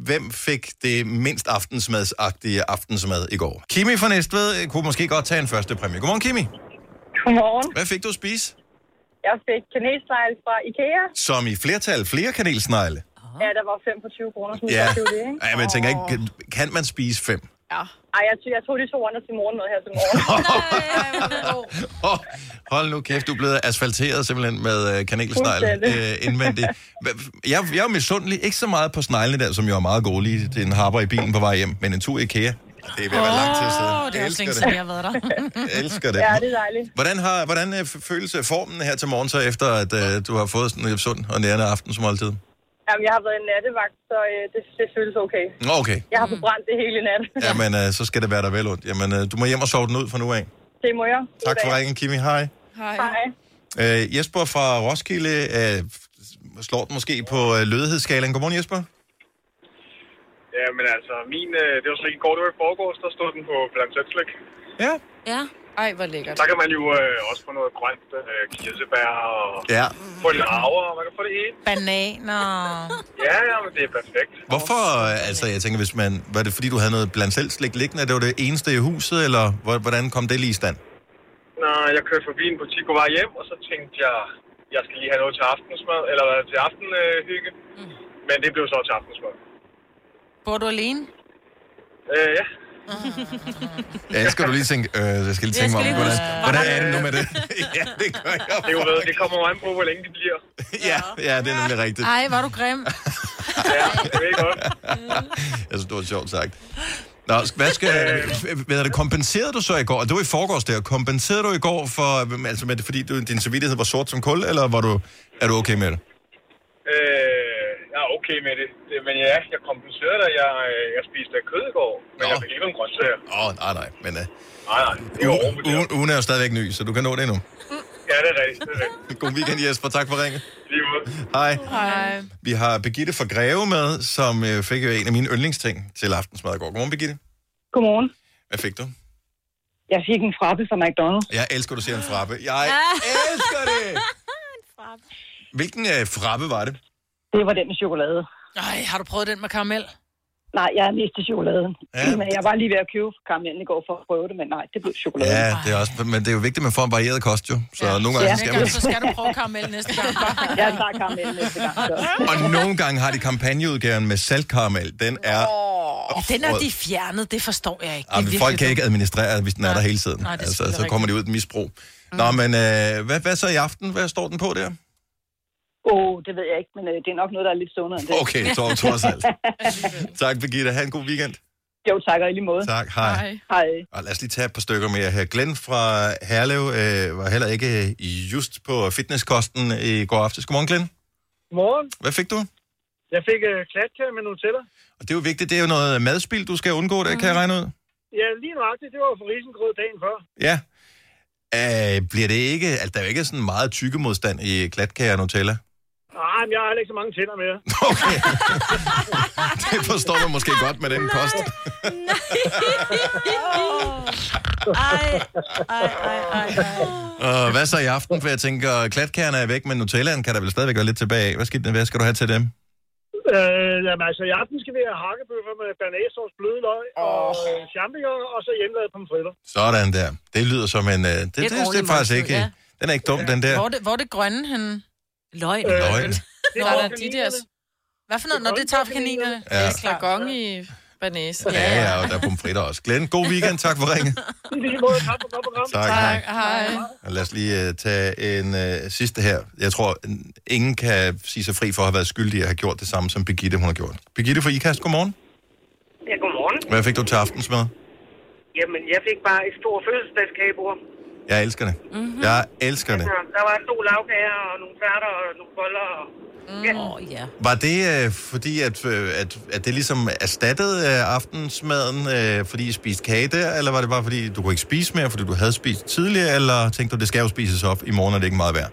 [SPEAKER 1] hvem fik det mindst aftensmadsagtige aftensmad i går? Kimi fra Næstved øh, kunne måske godt tage en første præmie. Godmorgen, Kimi.
[SPEAKER 11] Godmorgen.
[SPEAKER 1] Hvad fik du at spise?
[SPEAKER 11] [LAUGHS] Jeg fik kanelsnegle fra Ikea.
[SPEAKER 1] Som i flertal flere kanelsnegle.
[SPEAKER 11] Ja, der var 5 på 20 kroner, som
[SPEAKER 1] Ja,
[SPEAKER 11] jeg købte det, ikke?
[SPEAKER 1] Ej, men jeg tænker ikke, kan, kan man spise fem?
[SPEAKER 11] Ja. Ej, jeg, tog, jeg tog de to andre til morgenmad her til
[SPEAKER 4] [LAUGHS]
[SPEAKER 11] morgen.
[SPEAKER 1] Oh, hold nu kæft, du er blevet asfalteret simpelthen med øh, kanelsnegle
[SPEAKER 11] Fuldstændig.
[SPEAKER 1] øh, indvendigt. Hva- Jeg, jeg er jo misundelig, ikke så meget på sneglene der, som jo er meget gode lige til en harper i bilen på vej hjem, men en tur i IKEA, det er ved at være lang tid siden.
[SPEAKER 2] Åh, det er
[SPEAKER 1] Jeg
[SPEAKER 2] også længe
[SPEAKER 1] elsker
[SPEAKER 2] siden, jeg
[SPEAKER 1] det.
[SPEAKER 2] har været der.
[SPEAKER 1] Jeg elsker det.
[SPEAKER 11] Ja, det er dejligt.
[SPEAKER 1] Hvordan, har, hvordan øh, føles øh, formen her til morgen så efter, at øh, du har fået sådan en sund og nærende aften som altid?
[SPEAKER 11] Jamen, jeg har været en nattevagt, så øh, det, det føles okay.
[SPEAKER 1] Nå, okay.
[SPEAKER 11] Jeg
[SPEAKER 4] Mm.
[SPEAKER 11] har forbrændt det hele i nat. [LAUGHS]
[SPEAKER 1] Jamen, øh, så skal det være dig vel ondt. Jamen, øh, du må hjem og sove den ud fra nu af.
[SPEAKER 11] Det må jeg.
[SPEAKER 1] Tak for ringen, Kimi. Hej.
[SPEAKER 11] Hej. Hej.
[SPEAKER 1] Øh, Jesper fra Roskilde øh, slår den måske på øh, lødighedsskalaen. Godmorgen, Jesper.
[SPEAKER 12] Ja, men altså, min, øh, det var så ikke i går, det var i forgårs, der stod den på blandt slik.
[SPEAKER 1] Ja.
[SPEAKER 3] Ja.
[SPEAKER 4] Ej, hvor lækkert.
[SPEAKER 12] Der kan man jo øh, også få noget grønt, øh, kirsebær og
[SPEAKER 1] Ja.
[SPEAKER 12] få laver, og man kan få det hele.
[SPEAKER 2] Bananer.
[SPEAKER 12] Ja, ja, men det er perfekt.
[SPEAKER 1] Hvorfor, øh, altså, jeg tænker, hvis man... Var det fordi, du havde noget blandt selv slik liggende? at Det var det eneste i huset, eller hvor- hvordan kom det lige i stand?
[SPEAKER 12] Når jeg kørte forbi en butik på vej hjem, og så tænkte jeg, jeg skal lige have noget til aftensmad, eller hvad, til aftenhygge. Øh, mm. Men det blev så til aftensmad.
[SPEAKER 2] Bor du alene?
[SPEAKER 12] Øh, ja.
[SPEAKER 1] Ja, jeg skal du lige tænke, øh, jeg skal lige
[SPEAKER 12] Jeg
[SPEAKER 1] tænke mig
[SPEAKER 12] skal
[SPEAKER 1] om,
[SPEAKER 12] lige
[SPEAKER 1] hvordan,
[SPEAKER 12] huske.
[SPEAKER 1] hvordan er det nu med det? [LAUGHS] ja, det gør jeg.
[SPEAKER 12] Det, er jo ved, det kommer jo an på, hvor længe det bliver.
[SPEAKER 1] ja, ja, det er nemlig rigtigt.
[SPEAKER 2] Ej, var du grim.
[SPEAKER 1] Jeg synes, Altså, det var sjovt sagt. Nå, sk- hvad skal... [LAUGHS] Hvad er det, kompenserede du så i går? Det var i forgårs der. Kompenserede du i går for... Altså, med det, fordi du, din samvittighed var sort som kul, eller var du, er du okay med det?
[SPEAKER 12] Øh, jeg er okay med det. det men ja, jeg kompenserede dig. Jeg, øh, jeg spiste af kød i går, men jeg fik ikke nogen grøntsager.
[SPEAKER 1] Åh, oh, nej, nej, men... Uh,
[SPEAKER 12] Nej, nej. Det var
[SPEAKER 1] ugen, ugen, ugen er jo stadigvæk ny, så du kan nå det endnu.
[SPEAKER 12] Ja, det er rigtigt. Det er rigtigt.
[SPEAKER 1] God weekend, Jesper. Tak for ringet.
[SPEAKER 12] Lige måde.
[SPEAKER 1] Hej.
[SPEAKER 2] Hej.
[SPEAKER 1] Vi har Begitte fra Greve med, som øh, fik jo en af mine yndlingsting til aftensmad i går. Godmorgen, Begitte.
[SPEAKER 11] Godmorgen.
[SPEAKER 1] Hvad fik du?
[SPEAKER 11] Jeg fik en frappe fra McDonald's.
[SPEAKER 1] Jeg elsker, du siger en frappe. Jeg elsker det! Hvilken øh, frappe var det?
[SPEAKER 11] Det var den med chokolade.
[SPEAKER 2] Ej, har du prøvet den med karamel?
[SPEAKER 11] Nej, jeg er mest til chokoladen.
[SPEAKER 1] Ja.
[SPEAKER 11] Men jeg var lige ved at købe karamellen i går for at prøve det, men nej, det blev chokolade.
[SPEAKER 1] Ja, det er også, men det er jo vigtigt, at man får en varieret kost jo. Så ja. nogle gange
[SPEAKER 11] Ja.
[SPEAKER 1] skal
[SPEAKER 11] Næste
[SPEAKER 1] man...
[SPEAKER 11] gang,
[SPEAKER 2] Så skal du prøve karamel næste gang.
[SPEAKER 11] Jeg tager karamellen næste gang. Så.
[SPEAKER 1] Og nogle gange har de kampagneudgaven med saltkaramel. Den er...
[SPEAKER 2] Oh, den er de fjernet, det forstår jeg ikke. Det er
[SPEAKER 1] Jamen, folk
[SPEAKER 2] virkelig
[SPEAKER 1] kan
[SPEAKER 2] dumt.
[SPEAKER 1] ikke administrere, hvis den er der hele tiden.
[SPEAKER 2] Nej, det er
[SPEAKER 1] altså, så
[SPEAKER 2] selvfølgelig
[SPEAKER 1] kommer de ud i et misbrug. Mm. Nå, men øh, hvad, hvad så i aften? Hvad står den på der?
[SPEAKER 11] Åh, oh, det ved jeg ikke, men øh, det er nok noget, der er lidt sundere end det.
[SPEAKER 1] Okay, så
[SPEAKER 2] [LAUGHS]
[SPEAKER 1] trods alt. Tak, Birgitte. Ha' en god weekend.
[SPEAKER 11] jo, tak og i lige måde.
[SPEAKER 1] Tak, hej. Hej.
[SPEAKER 11] Hej.
[SPEAKER 1] Og lad os lige tage et par stykker mere her. Glenn fra Herlev øh, var heller ikke øh, just på fitnesskosten i går aftes. Godmorgen, Glenn.
[SPEAKER 13] Morgen.
[SPEAKER 1] Hvad fik du?
[SPEAKER 13] Jeg fik øh, klatkage med Nutella.
[SPEAKER 1] Og det er jo vigtigt, det er jo noget madspild, du skal undgå, det kan jeg regne ud.
[SPEAKER 13] Ja, lige nøjagtigt. Det var jo for risengrød dagen før.
[SPEAKER 1] Ja. Øh, bliver det ikke, altså der er jo ikke sådan meget tykke modstand i glatkager og Nutella. [LAUGHS]
[SPEAKER 13] Nej, men jeg har heller ikke så mange tænder mere.
[SPEAKER 1] Okay. Det forstår man måske godt med den kost.
[SPEAKER 3] Ej, ej, ej, ej, ej.
[SPEAKER 1] Og hvad så i aften? For jeg tænker, glatkagerne er væk, men Nutellaen kan der vel stadigvæk være lidt tilbage af. Hvad skal, hvad skal du have til dem?
[SPEAKER 13] Øh, jamen altså, i aften skal vi have hakkebøffer med banæsårs bløde løg og øh, champignoner, og så hjemmelavede pomfritter.
[SPEAKER 1] Sådan der. Det lyder som en... øh, Det, det,
[SPEAKER 2] Et
[SPEAKER 1] det, det er
[SPEAKER 2] ordentligt
[SPEAKER 1] faktisk
[SPEAKER 2] måltid,
[SPEAKER 1] ikke...
[SPEAKER 2] ja.
[SPEAKER 1] Den er ikke dum, den der.
[SPEAKER 2] Hvor er det, hvor er det grønne henne?
[SPEAKER 3] Løgn.
[SPEAKER 1] Løgn.
[SPEAKER 2] Nå,
[SPEAKER 4] var
[SPEAKER 2] de der... Hvad for noget? Når det tager kaninerne?
[SPEAKER 1] Ja.
[SPEAKER 4] Ja. Slagon i Banæs.
[SPEAKER 1] Ja, ja, og der er pomfritter også. Glenn, god weekend. Tak for ringe.
[SPEAKER 13] I lige måde, tak for godt program.
[SPEAKER 1] Tak, hej. Tak,
[SPEAKER 4] hej.
[SPEAKER 1] Og Lad os lige uh, tage en uh, sidste her. Jeg tror, n- ingen kan sige sig fri for at have været skyldig at have gjort det samme, som Birgitte hun har gjort. Birgitte fra IKAST, godmorgen.
[SPEAKER 14] Ja, godmorgen.
[SPEAKER 1] Hvad fik du til aftensmad?
[SPEAKER 14] Jamen, jeg fik bare et stort fødselsdagskagebord.
[SPEAKER 1] Jeg elsker det. Mm-hmm. Jeg elsker det.
[SPEAKER 14] Altså, der var en stor lavkager og nogle færter og nogle boller. Og... Mm. Ja. Oh,
[SPEAKER 3] ja.
[SPEAKER 1] Var det øh, fordi, at, øh, at, at det ligesom erstattede øh, aftensmaden, øh, fordi I spiste kage der, eller var det bare fordi, du kunne ikke spise mere, fordi du havde spist tidligere, eller tænkte du, det skal jo spises op, i morgen er det ikke meget værd?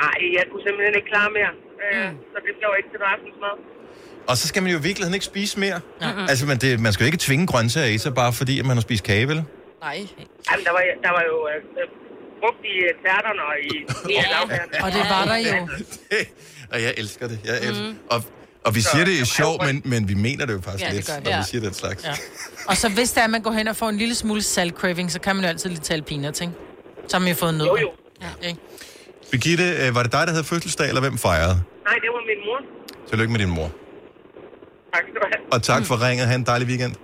[SPEAKER 14] Nej, jeg kunne simpelthen ikke klare mere. Mm. Så det blev ikke til noget aftensmad.
[SPEAKER 1] Og så skal man jo i virkeligheden ikke spise mere. Mm-hmm. Altså, man, det, man skal jo ikke tvinge grøntsager i sig, bare fordi, at man har spist kage, vel?
[SPEAKER 14] Nej. Jamen, der var, der var jo øh, øh, frugt i øh, tærterne og i, i lavkagerne.
[SPEAKER 2] Og det var der jo.
[SPEAKER 1] Og jeg elsker det. Jeg elsker. Mm. Og, og vi siger, det er sjovt, men, men vi mener det jo faktisk
[SPEAKER 2] Ja, det
[SPEAKER 1] lidt,
[SPEAKER 2] gør vi.
[SPEAKER 1] når
[SPEAKER 2] Ja.
[SPEAKER 1] vi siger den slags. Ja.
[SPEAKER 2] Og så hvis det er, at man går hen og får en lille smule salt craving, så kan man jo altid lige tage peanuts, ikke? Så har man jo fået noget. Jo, jo. Ja, ikke?
[SPEAKER 1] Birgitte, øh, var det dig, der havde fødselsdag, eller hvem fejrede?
[SPEAKER 14] Nej, det var min mor.
[SPEAKER 1] Tillykke med din mor.
[SPEAKER 14] Tak skal du have.
[SPEAKER 1] Og tak for ringet. Ha' en dejlig weekend.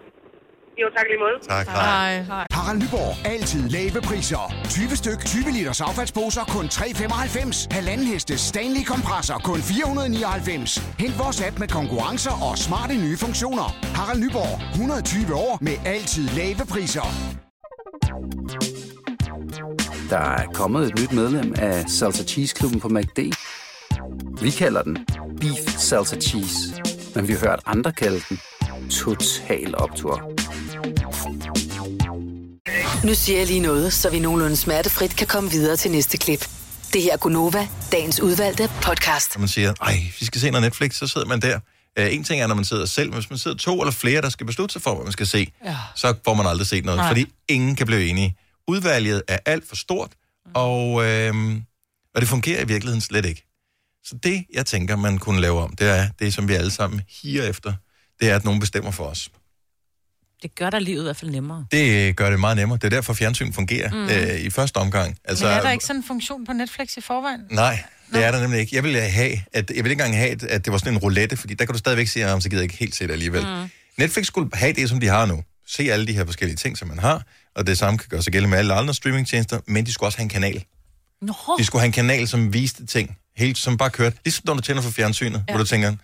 [SPEAKER 14] Jo, tak i lige måde.
[SPEAKER 1] Tak, hej.
[SPEAKER 14] Hej.
[SPEAKER 15] Harald Nyborg. Altid lave priser. 20 styk, 20 liters affaldsposer kun 3,95. Halvanden heste Stanley kompresser kun 499. Hent vores app med konkurrencer og smarte nye funktioner. Harald Nyborg. 120 år med altid lave priser.
[SPEAKER 16] Der er kommet et nyt medlem af Salsa Cheese Klubben på MACD. Vi kalder den Beef Salsa Cheese, men vi har hørt andre kalde den Total Optor.
[SPEAKER 5] Nu siger jeg lige noget, så vi nogenlunde smertefrit kan komme videre til næste klip. Det her er Gunova, dagens udvalgte podcast.
[SPEAKER 1] Når man siger, ej, vi skal se noget Netflix, så sidder man der. Øh, en ting er, når man sidder selv, men hvis man sidder to eller flere, der skal beslutte sig for, hvad man skal se,
[SPEAKER 2] Ja.
[SPEAKER 1] så får man aldrig set noget,
[SPEAKER 2] Nej.
[SPEAKER 1] Nej. fordi ingen kan blive enige. Udvalget er alt for stort, og, øh, og det fungerer i virkeligheden slet ikke. Så det, jeg tænker, man kunne lave om, det er det, som vi alle sammen higer efter, det er, at nogen bestemmer for os.
[SPEAKER 3] Det gør der livet i hvert fald nemmere.
[SPEAKER 1] Det øh, gør det meget nemmere. Det er derfor, fjernsyn fungerer
[SPEAKER 2] Mhm.
[SPEAKER 1] mm. øh, i første omgang.
[SPEAKER 2] Altså, Men er der ikke sådan en funktion på Netflix i forvejen?
[SPEAKER 1] Nej, det er der nemlig ikke. Jeg ville have, at, jeg ville ikke engang have, at, at det var sådan en roulette, fordi der kan du stadigvæk sige, at så gider jeg ikke helt se det alligevel. Mm. Netflix skulle have det, som de har nu. Se alle de her forskellige ting, som man har, og det samme kan gøre sig gældende med alle andre streamingtjenester, men de skulle også have en kanal.
[SPEAKER 3] Nå.
[SPEAKER 1] De skulle have en kanal, som viste ting, helt, som bare kørte. Ligesom når du tænder for fjernsynet, ja. hvor du tænker,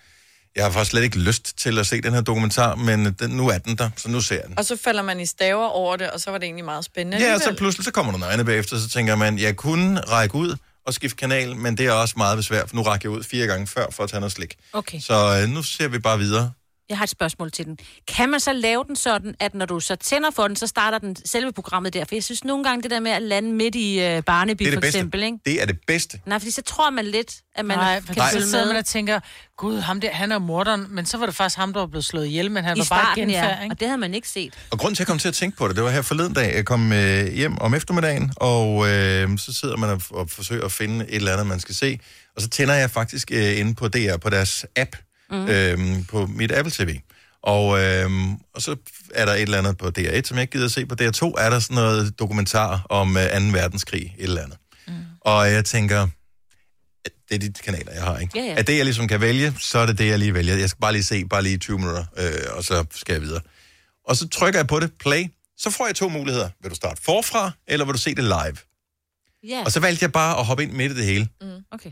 [SPEAKER 1] jeg har faktisk slet ikke lyst til at se den her dokumentar, men den, nu er den der, så nu ser jeg den.
[SPEAKER 4] Og så falder man i staver over det, og så var det egentlig meget spændende.
[SPEAKER 1] Ja, og så
[SPEAKER 4] alligevel.
[SPEAKER 1] pludselig så kommer der noget andet bagefter, så tænker man, jeg kunne række ud og skifte kanal, men det er også meget besvær, for nu rækker jeg ud fire gange før for at tage noget slik.
[SPEAKER 3] Okay.
[SPEAKER 1] Så øh, nu ser vi bare videre.
[SPEAKER 3] Jeg har et spørgsmål til den. Kan man så lave den sådan, at når du så tænder for den, så starter den selve programmet der? For jeg synes nogle gange, det der med at lande midt i øh, Barnaby
[SPEAKER 1] det er det
[SPEAKER 3] for
[SPEAKER 1] bedste.
[SPEAKER 3] eksempel, ikke?
[SPEAKER 1] Det er det bedste.
[SPEAKER 3] Nej, fordi så tror man lidt, at man
[SPEAKER 2] Nej,
[SPEAKER 3] kan
[SPEAKER 2] for Nej. så
[SPEAKER 3] følge
[SPEAKER 2] sidder
[SPEAKER 3] med.
[SPEAKER 2] man og tænker, gud, ham der, han er morderen, men så var det faktisk ham, der var blevet slået ihjel, men han
[SPEAKER 3] I
[SPEAKER 2] var bare
[SPEAKER 3] starten,
[SPEAKER 2] genfærd,
[SPEAKER 3] ja. Og det havde man ikke set.
[SPEAKER 1] Og grunden til, at jeg kom til at tænke på det, det var her forleden dag. Jeg kom øh, hjem om eftermiddagen, og øh, så sidder man og, og forsøger at finde et eller andet, man skal se. Og så tænder jeg faktisk øh, inde på DR, på deres app,
[SPEAKER 17] Mhm.
[SPEAKER 1] mm. øh, på mit Apple TV. Og, øh, og så er der et eller andet på DR1, som jeg ikke gider at se. På DR2 er der sådan noget dokumentar om øh, 2. verdenskrig, et eller andet. Mm. Og jeg tænker, at det er de kanaler, jeg har, ikke?
[SPEAKER 17] Ja, ja.
[SPEAKER 1] At det, jeg ligesom kan vælge, så er det det, jeg lige vælger. Jeg skal bare lige se, bare lige 20 minutter, øh, og så skal jeg videre. Og så trykker jeg på det, play. Så får jeg to muligheder. Vil du starte forfra, eller vil du se det live?
[SPEAKER 3] Ja.
[SPEAKER 1] Og så valgte jeg bare at hoppe ind midt i det hele.
[SPEAKER 3] Mm. Okay.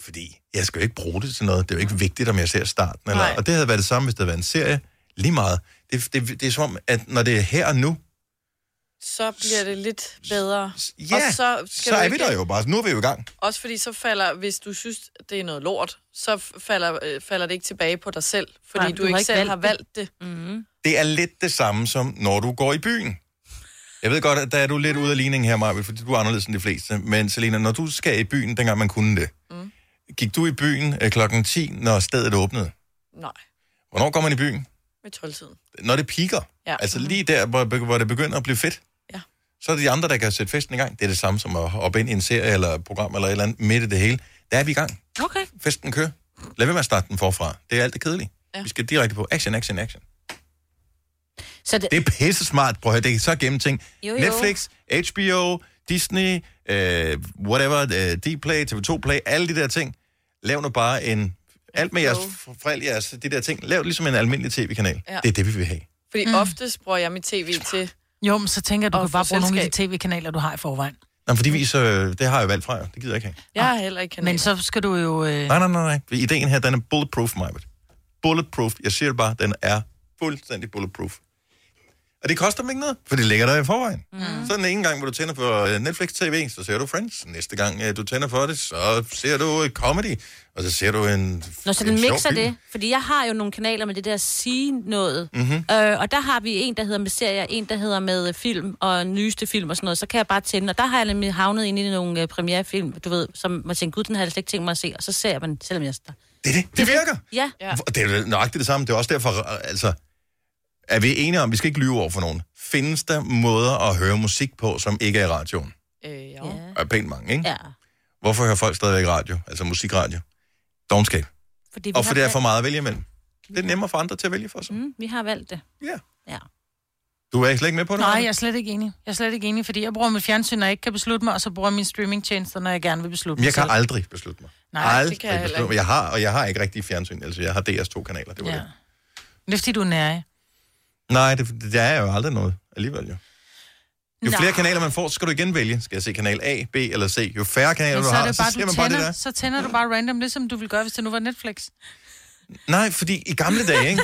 [SPEAKER 1] Fordi jeg skal jo ikke bruge det til noget. Det er jo ikke vigtigt, om jeg ser starten. Eller,
[SPEAKER 3] Nej.
[SPEAKER 1] og det havde været det samme, hvis det havde været en serie. Lige meget. Det, det, det er som om, at når det er her og nu,
[SPEAKER 4] så bliver det lidt bedre.
[SPEAKER 1] ja,
[SPEAKER 4] og så, skal
[SPEAKER 1] så
[SPEAKER 4] du
[SPEAKER 1] er
[SPEAKER 4] ikke-
[SPEAKER 1] vi der jo bare. Nu er vi jo i gang.
[SPEAKER 4] Også fordi så falder, hvis du synes, det er noget lort, så f- falder, øh, falder det ikke tilbage på dig selv, fordi
[SPEAKER 3] Nej,
[SPEAKER 4] du, du ikke selv har valgt det.
[SPEAKER 3] Mm.
[SPEAKER 1] Det er lidt det samme som, når du går i byen. Jeg ved godt, at der er du lidt ude af ligningen her, Maja, fordi du er anderledes end de fleste. Men Selina, når du skal i byen, dengang man kunne det, mm. gik du i byen øh, klokken 10, når stedet åbnede?
[SPEAKER 4] Nej,
[SPEAKER 1] Hvornår går man i byen?
[SPEAKER 4] med 12-tiden.
[SPEAKER 1] Når det piker.
[SPEAKER 4] Ja. Mm.
[SPEAKER 1] Altså lige der, hvor, hvor det begynder at blive fedt.
[SPEAKER 4] Ja.
[SPEAKER 1] Så er det de andre, der kan sætte festen i gang. Det er det samme som at hoppe ind i en serie eller et program eller et eller andet midt i det hele. Der er vi i gang.
[SPEAKER 3] Okay.
[SPEAKER 1] Festen kører. Lad være med at starte den forfra. Det er alt det kedelige.
[SPEAKER 4] Ja.
[SPEAKER 1] Vi skal direkte på action, action, action.
[SPEAKER 3] Så det,
[SPEAKER 1] Det er pisse smart, prøv at høre. Det er så gennemtænkt.
[SPEAKER 3] Jo, jo.
[SPEAKER 1] Netflix, HBO, Disney, øh, whatever, øh, D-Play, TV2 Play, alle de der ting. Lav nu bare en Alt med jeres foræld, jeres, de der ting. Lav ligesom en almindelig tv-kanal.
[SPEAKER 4] Ja.
[SPEAKER 1] Ja. Det er det, vi vil have.
[SPEAKER 4] Fordi mm. oftest bruger jeg mit tv til...
[SPEAKER 2] Jo, men så tænker jeg, du kan bare bruge nogle af de tv-kanaler, du har i forvejen.
[SPEAKER 1] Nå, fordi vi så, øh, det har jeg valgt fra, jo. det gider jeg ikke have.
[SPEAKER 4] Jeg har heller ikke kanaler.
[SPEAKER 2] Men så skal du jo... Øh...
[SPEAKER 1] Nej, nej, nej, nej. Ideen her, den er bulletproof, Majbet. Bulletproof. Jeg siger det bare, den er fuldstændig bulletproof. Og det koster dem ikke noget, for det ligger der i forvejen. Mm. Så den ene gang, hvor du tænder for øh, Netflix TV, så ser du Friends. Næste gang, øh, du tænder for det, så ser du øh, comedy. Og så ser du en
[SPEAKER 17] Nå, så
[SPEAKER 1] en
[SPEAKER 17] den
[SPEAKER 1] sjov
[SPEAKER 17] mixer
[SPEAKER 1] film.
[SPEAKER 17] det. Fordi jeg har jo nogle kanaler med det der sige noget.
[SPEAKER 1] Mhm.
[SPEAKER 17] Øh, og der har vi en, der hedder med serier, en, der hedder med øh, film og nyeste film og sådan noget. Så kan jeg bare tænde. Og der har jeg nemlig havnet ind i nogle øh, premierefilm, du ved, som man tænker, gud, den har jeg slet ikke tænkt mig at se. Og så ser jeg den, selvom jeg...
[SPEAKER 1] Det er det. Det virker.
[SPEAKER 17] Ja.
[SPEAKER 1] Ja. Det er vel nøjagtigt det samme. Det er også derfor, øh, altså, er vi enige om, vi skal ikke lyve over for nogen. Findes der måder at høre musik på, som ikke er i radioen?
[SPEAKER 4] Øh, ja.
[SPEAKER 1] Og pænt mange, ikke?
[SPEAKER 17] Ja.
[SPEAKER 1] Hvorfor hører folk stadigvæk radio? Altså musikradio? Dogenskab.
[SPEAKER 17] Fordi vi
[SPEAKER 1] Og for
[SPEAKER 17] har
[SPEAKER 1] det er
[SPEAKER 17] valgt-
[SPEAKER 1] for meget at vælge imellem. Det er nemmere for andre til at vælge for sig.
[SPEAKER 17] Mm, vi har valgt det.
[SPEAKER 1] Ja.
[SPEAKER 17] Ja.
[SPEAKER 1] Du er slet ikke med på det?
[SPEAKER 2] Nej, jeg
[SPEAKER 1] Maja?
[SPEAKER 2] er slet ikke enig. Jeg er slet ikke enig, fordi jeg bruger mit fjernsyn, når jeg ikke kan beslutte mig, og så bruger jeg mine streamingtjenester, når jeg gerne vil beslutte
[SPEAKER 1] Men
[SPEAKER 2] mig
[SPEAKER 1] jeg kan
[SPEAKER 2] selv.
[SPEAKER 1] aldrig beslutte mig.
[SPEAKER 2] Nej, det
[SPEAKER 1] aldrig
[SPEAKER 2] kan jeg heller
[SPEAKER 1] beslutte mig.
[SPEAKER 2] ikke.
[SPEAKER 1] Jeg har, og jeg har ikke rigtig fjernsyn. Altså, jeg har DR's to kanaler. Det var
[SPEAKER 2] Ja.
[SPEAKER 1] det.
[SPEAKER 2] Men Det er fordi, du er nære.
[SPEAKER 1] Nej, det, det er jo aldrig noget alligevel jo. Jo
[SPEAKER 2] Nej.
[SPEAKER 1] flere kanaler man får, så skal du igen vælge. Skal jeg se kanal A, B eller C? Jo færre kanaler
[SPEAKER 2] Men
[SPEAKER 1] du
[SPEAKER 2] så er
[SPEAKER 1] har,
[SPEAKER 2] det
[SPEAKER 1] så
[SPEAKER 2] bare,
[SPEAKER 1] ser
[SPEAKER 2] du
[SPEAKER 1] man bare det
[SPEAKER 2] tænder,
[SPEAKER 1] der.
[SPEAKER 2] så tænder du bare random, ligesom du ville gøre, hvis det nu var Netflix.
[SPEAKER 1] Nej, fordi i gamle dage,
[SPEAKER 4] [LAUGHS]
[SPEAKER 1] ikke?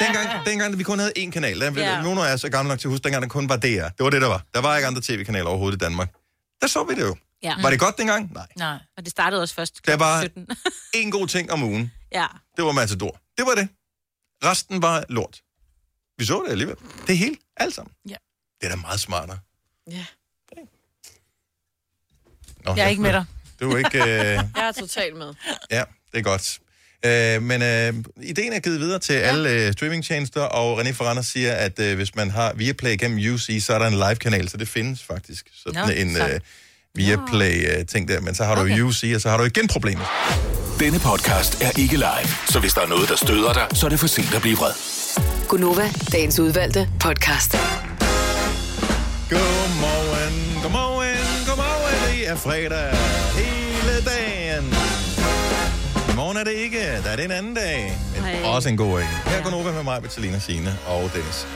[SPEAKER 1] Dengang, dengang vi kun havde én kanal, der,
[SPEAKER 2] Ja.
[SPEAKER 1] yeah. nogen af jer er så gamle nok til at huske, dengang der kun var DR. Det var det, der var. Der var ikke andre tv-kanaler overhovedet i Danmark. Der så vi det jo.
[SPEAKER 17] Ja.
[SPEAKER 1] Var det
[SPEAKER 4] Mm.
[SPEAKER 1] godt dengang? Nej.
[SPEAKER 2] Nej.
[SPEAKER 17] Og det startede også først
[SPEAKER 1] Der
[SPEAKER 17] klokken 17.
[SPEAKER 1] var én god ting om ugen.
[SPEAKER 17] [LAUGHS] ja.
[SPEAKER 1] Det var Matador. Det var det. Resten var lort. Vi så det alligevel. Det hele. Alt sammen.
[SPEAKER 2] Ja.
[SPEAKER 1] Det er da meget smartere.
[SPEAKER 4] Ja.
[SPEAKER 1] Nå,
[SPEAKER 4] Jeg er ikke med dig.
[SPEAKER 1] Du er ikke... Øh...
[SPEAKER 4] Jeg er totalt med.
[SPEAKER 1] Ja, det er godt. Øh, men øh, ideen er givet videre til ja. alle øh, streamingtjenester, og René Ferrander siger, at øh, hvis man har Viaplay gennem UC, så er der en live-kanal, så det findes faktisk. Sådan
[SPEAKER 6] Nå,
[SPEAKER 1] Nå, en
[SPEAKER 6] så-
[SPEAKER 1] øh, Viaplay-ting der, men så har okay. du UC, og så har du igen problemet.
[SPEAKER 6] Denne podcast er ikke live, så hvis der er noget, der støder dig, så er det for sent at blive vred.
[SPEAKER 5] Gunova, dagens udvalgte podcast.
[SPEAKER 1] Godmorgen, godmorgen, godmorgen, det er fredag hele dagen. I morgen er det ikke, der er det en anden dag, men
[SPEAKER 6] Hej.
[SPEAKER 1] også en god en. Her går Nova med mig, Bettelina, Signe og Dennis.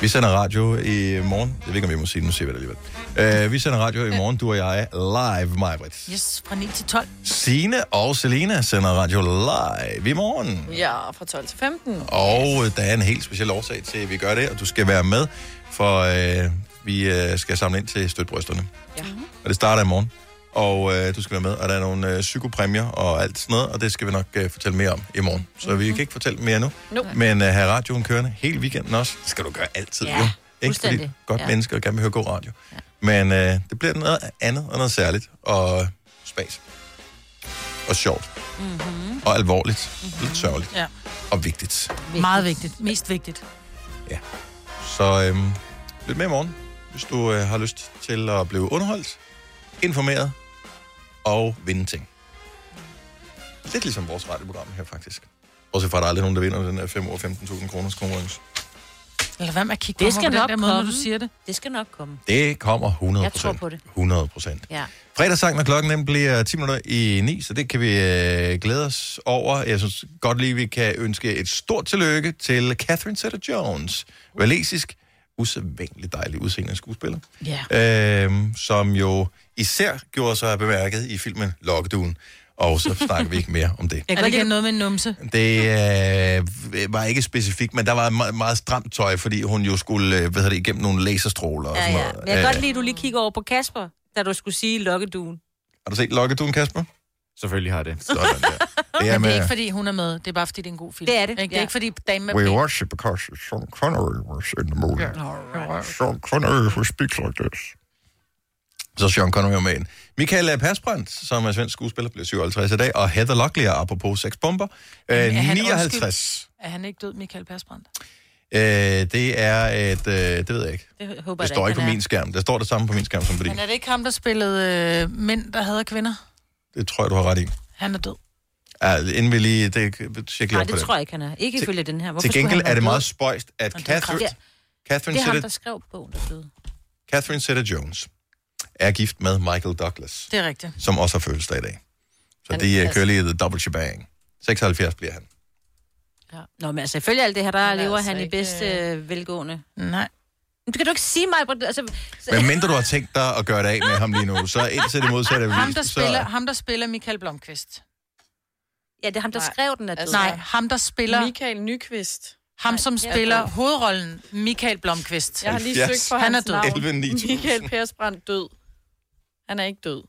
[SPEAKER 1] Vi sender radio i morgen. Jeg ved ikke, om jeg må sige det, nu siger vi det alligevel. Uh, vi sender radio i morgen, du og jeg, live, Majbrit.
[SPEAKER 2] Yes, fra 9 til 12.
[SPEAKER 1] Signe og Selina sender radio live i morgen.
[SPEAKER 4] Ja, fra 12 til 15.
[SPEAKER 1] Og øh, der er en helt speciel årsag til, at vi gør det, og du skal være med, for øh, vi øh, skal samle ind til støtbrysterne.
[SPEAKER 4] Ja.
[SPEAKER 1] Og det starter i morgen. Og øh, du skal være med, og der er nogle øh, psykopræmier og alt sådan noget, og det skal vi nok øh, fortælle mere om i morgen. Så
[SPEAKER 4] Mhm.
[SPEAKER 1] vi kan ikke fortælle mere nu,
[SPEAKER 4] Nope.
[SPEAKER 1] men øh, have radioen kørende hele weekenden også. Det skal du gøre altid,
[SPEAKER 4] Ja,
[SPEAKER 1] jo. Ikke fordi
[SPEAKER 4] fuldstændig.
[SPEAKER 1] godt
[SPEAKER 4] Ja.
[SPEAKER 1] ja. menneske og gerne vil høre god radio. Ja. Men øh, det bliver noget andet og noget særligt, og spas. Og sjovt.
[SPEAKER 4] Mhm.
[SPEAKER 1] Mm-hmm. Og alvorligt. Mm-hmm. Lidt sørgeligt.
[SPEAKER 2] Ja.
[SPEAKER 1] Og vigtigt.
[SPEAKER 2] Vigtigt. Meget vigtigt. Mest vigtigt.
[SPEAKER 1] Så øhm, lyt med i morgen, hvis du øh, har lyst til at blive underholdt, informeret og vinde ting. Lidt ligesom vores radioprogram her, faktisk. Bortset fra, at der aldrig er nogen, der vinder den her 5 år 15.000 kroners konkurrence.
[SPEAKER 2] Eller hvad med at kigge på
[SPEAKER 17] Det
[SPEAKER 2] mig
[SPEAKER 17] skal
[SPEAKER 2] på den
[SPEAKER 17] nok
[SPEAKER 2] der måde, når
[SPEAKER 17] komme.
[SPEAKER 2] du siger det?
[SPEAKER 17] Det skal nok komme.
[SPEAKER 1] Det kommer 100
[SPEAKER 17] Jeg tror på det.
[SPEAKER 1] 100 procent.
[SPEAKER 17] Ja.
[SPEAKER 1] Fredagssang, når klokken den bliver 10 minutter i 9, så det kan vi øh, glæde os over. Jeg synes godt lige, vi kan ønske et stort tillykke til Catherine Zeta-Jones. Valesisk, usædvanligt dejlig udseende skuespiller.
[SPEAKER 2] Ja.
[SPEAKER 1] øh, som jo især gjorde sig bemærket i filmen Lokkeduen. Og så snakker vi ikke mere om det.
[SPEAKER 2] Jeg kan ikke noget med en numse.
[SPEAKER 1] Det øh, var ikke specifikt, men der var meget, meget stramt tøj, fordi hun jo skulle øh, hvad hedder det, igennem nogle laserstråler og
[SPEAKER 17] Ja,
[SPEAKER 1] sådan
[SPEAKER 17] ja.
[SPEAKER 1] noget.
[SPEAKER 17] Men jeg kan
[SPEAKER 1] Øh,
[SPEAKER 17] godt lide, at du lige kigger over på Kasper, da du skulle sige lokkeduen.
[SPEAKER 1] Har du set Lokkeduen, Kasper? Selvfølgelig har jeg det. Sådan
[SPEAKER 17] [LAUGHS]
[SPEAKER 1] der. Det er
[SPEAKER 2] Men det er
[SPEAKER 1] med
[SPEAKER 2] ikke, fordi hun er med. Det er bare, fordi det er en god film.
[SPEAKER 17] Det er det,
[SPEAKER 2] Ikke? Det er
[SPEAKER 17] ja.
[SPEAKER 2] ikke, fordi damen med
[SPEAKER 18] We
[SPEAKER 2] ben-
[SPEAKER 18] watched it because Sean Connery was in the movie.
[SPEAKER 2] Yeah.
[SPEAKER 18] Sean Connery who speaks like this.
[SPEAKER 1] så Sean Connery er med ind. Michael Persbrandt, som er svensk skuespiller, bliver 57 i dag, og Heather Locklear, apropos seks bomber, øh,
[SPEAKER 2] Er han
[SPEAKER 1] 59.
[SPEAKER 2] undskyld? Er han ikke død, Michael Persbrandt?
[SPEAKER 1] Øh, det er et... Øh, det ved jeg ikke.
[SPEAKER 2] Det håber
[SPEAKER 1] Det står ikke på min skærm. Der står det samme på min skærm som på din.
[SPEAKER 2] Men er det ikke ham, der spillede øh, mænd, der havde kvinder?
[SPEAKER 1] Det tror jeg, du har ret i.
[SPEAKER 2] Han er død.
[SPEAKER 1] Ja, inden vi lige... Det, tjek lige
[SPEAKER 17] Nej,
[SPEAKER 1] op på
[SPEAKER 17] det tror jeg ikke, han er. Ikke
[SPEAKER 1] Til-
[SPEAKER 17] ifølge den her. Hvorfor
[SPEAKER 1] Til
[SPEAKER 17] skulle
[SPEAKER 1] gengæld
[SPEAKER 17] han være
[SPEAKER 1] er det
[SPEAKER 17] død?
[SPEAKER 1] meget spøjst, at
[SPEAKER 17] Og det er
[SPEAKER 1] Catherine,
[SPEAKER 17] kraft. Det
[SPEAKER 1] Catherine,
[SPEAKER 17] er ham,
[SPEAKER 1] Zeta,
[SPEAKER 17] der skrev bogen, der døde.
[SPEAKER 1] Catherine Zeta-Jones er gift med Michael Douglas,
[SPEAKER 2] Det er rigtigt.
[SPEAKER 1] som også har fødselsdag i dag. Så
[SPEAKER 2] Han-
[SPEAKER 1] de uh,
[SPEAKER 2] altså-
[SPEAKER 1] kører lige the double shebang. 76 bliver
[SPEAKER 2] [LAUGHS]
[SPEAKER 1] han.
[SPEAKER 3] Ja. Nå, men altså, ifølge alt det her, der
[SPEAKER 17] Han er
[SPEAKER 3] lever
[SPEAKER 17] altså
[SPEAKER 3] han i
[SPEAKER 17] ikke,
[SPEAKER 3] bedste øh, velgående.
[SPEAKER 2] Nej.
[SPEAKER 3] Men du kan du ikke sige mig, Britt, altså... så-
[SPEAKER 1] Men mindre du har tænkt dig at gøre det af med ham lige nu, så indtil det modsatte er
[SPEAKER 2] Ham, der
[SPEAKER 1] bevist, så...
[SPEAKER 2] spiller, ham, der spiller Michael Blomqvist.
[SPEAKER 3] Ja, det er ham, der Nej. skrev den, er
[SPEAKER 2] altså, Nej, ham, der spiller...
[SPEAKER 4] Michael Nyqvist.
[SPEAKER 2] Ham, som
[SPEAKER 4] jeg
[SPEAKER 2] spiller
[SPEAKER 4] død.
[SPEAKER 2] hovedrollen, Michael Blomqvist.
[SPEAKER 4] Jeg har lige søgt for
[SPEAKER 2] Han er
[SPEAKER 4] hans
[SPEAKER 2] død.
[SPEAKER 4] navn.
[SPEAKER 1] 11 9000.
[SPEAKER 4] Michael Persbrandt død. Han er ikke død.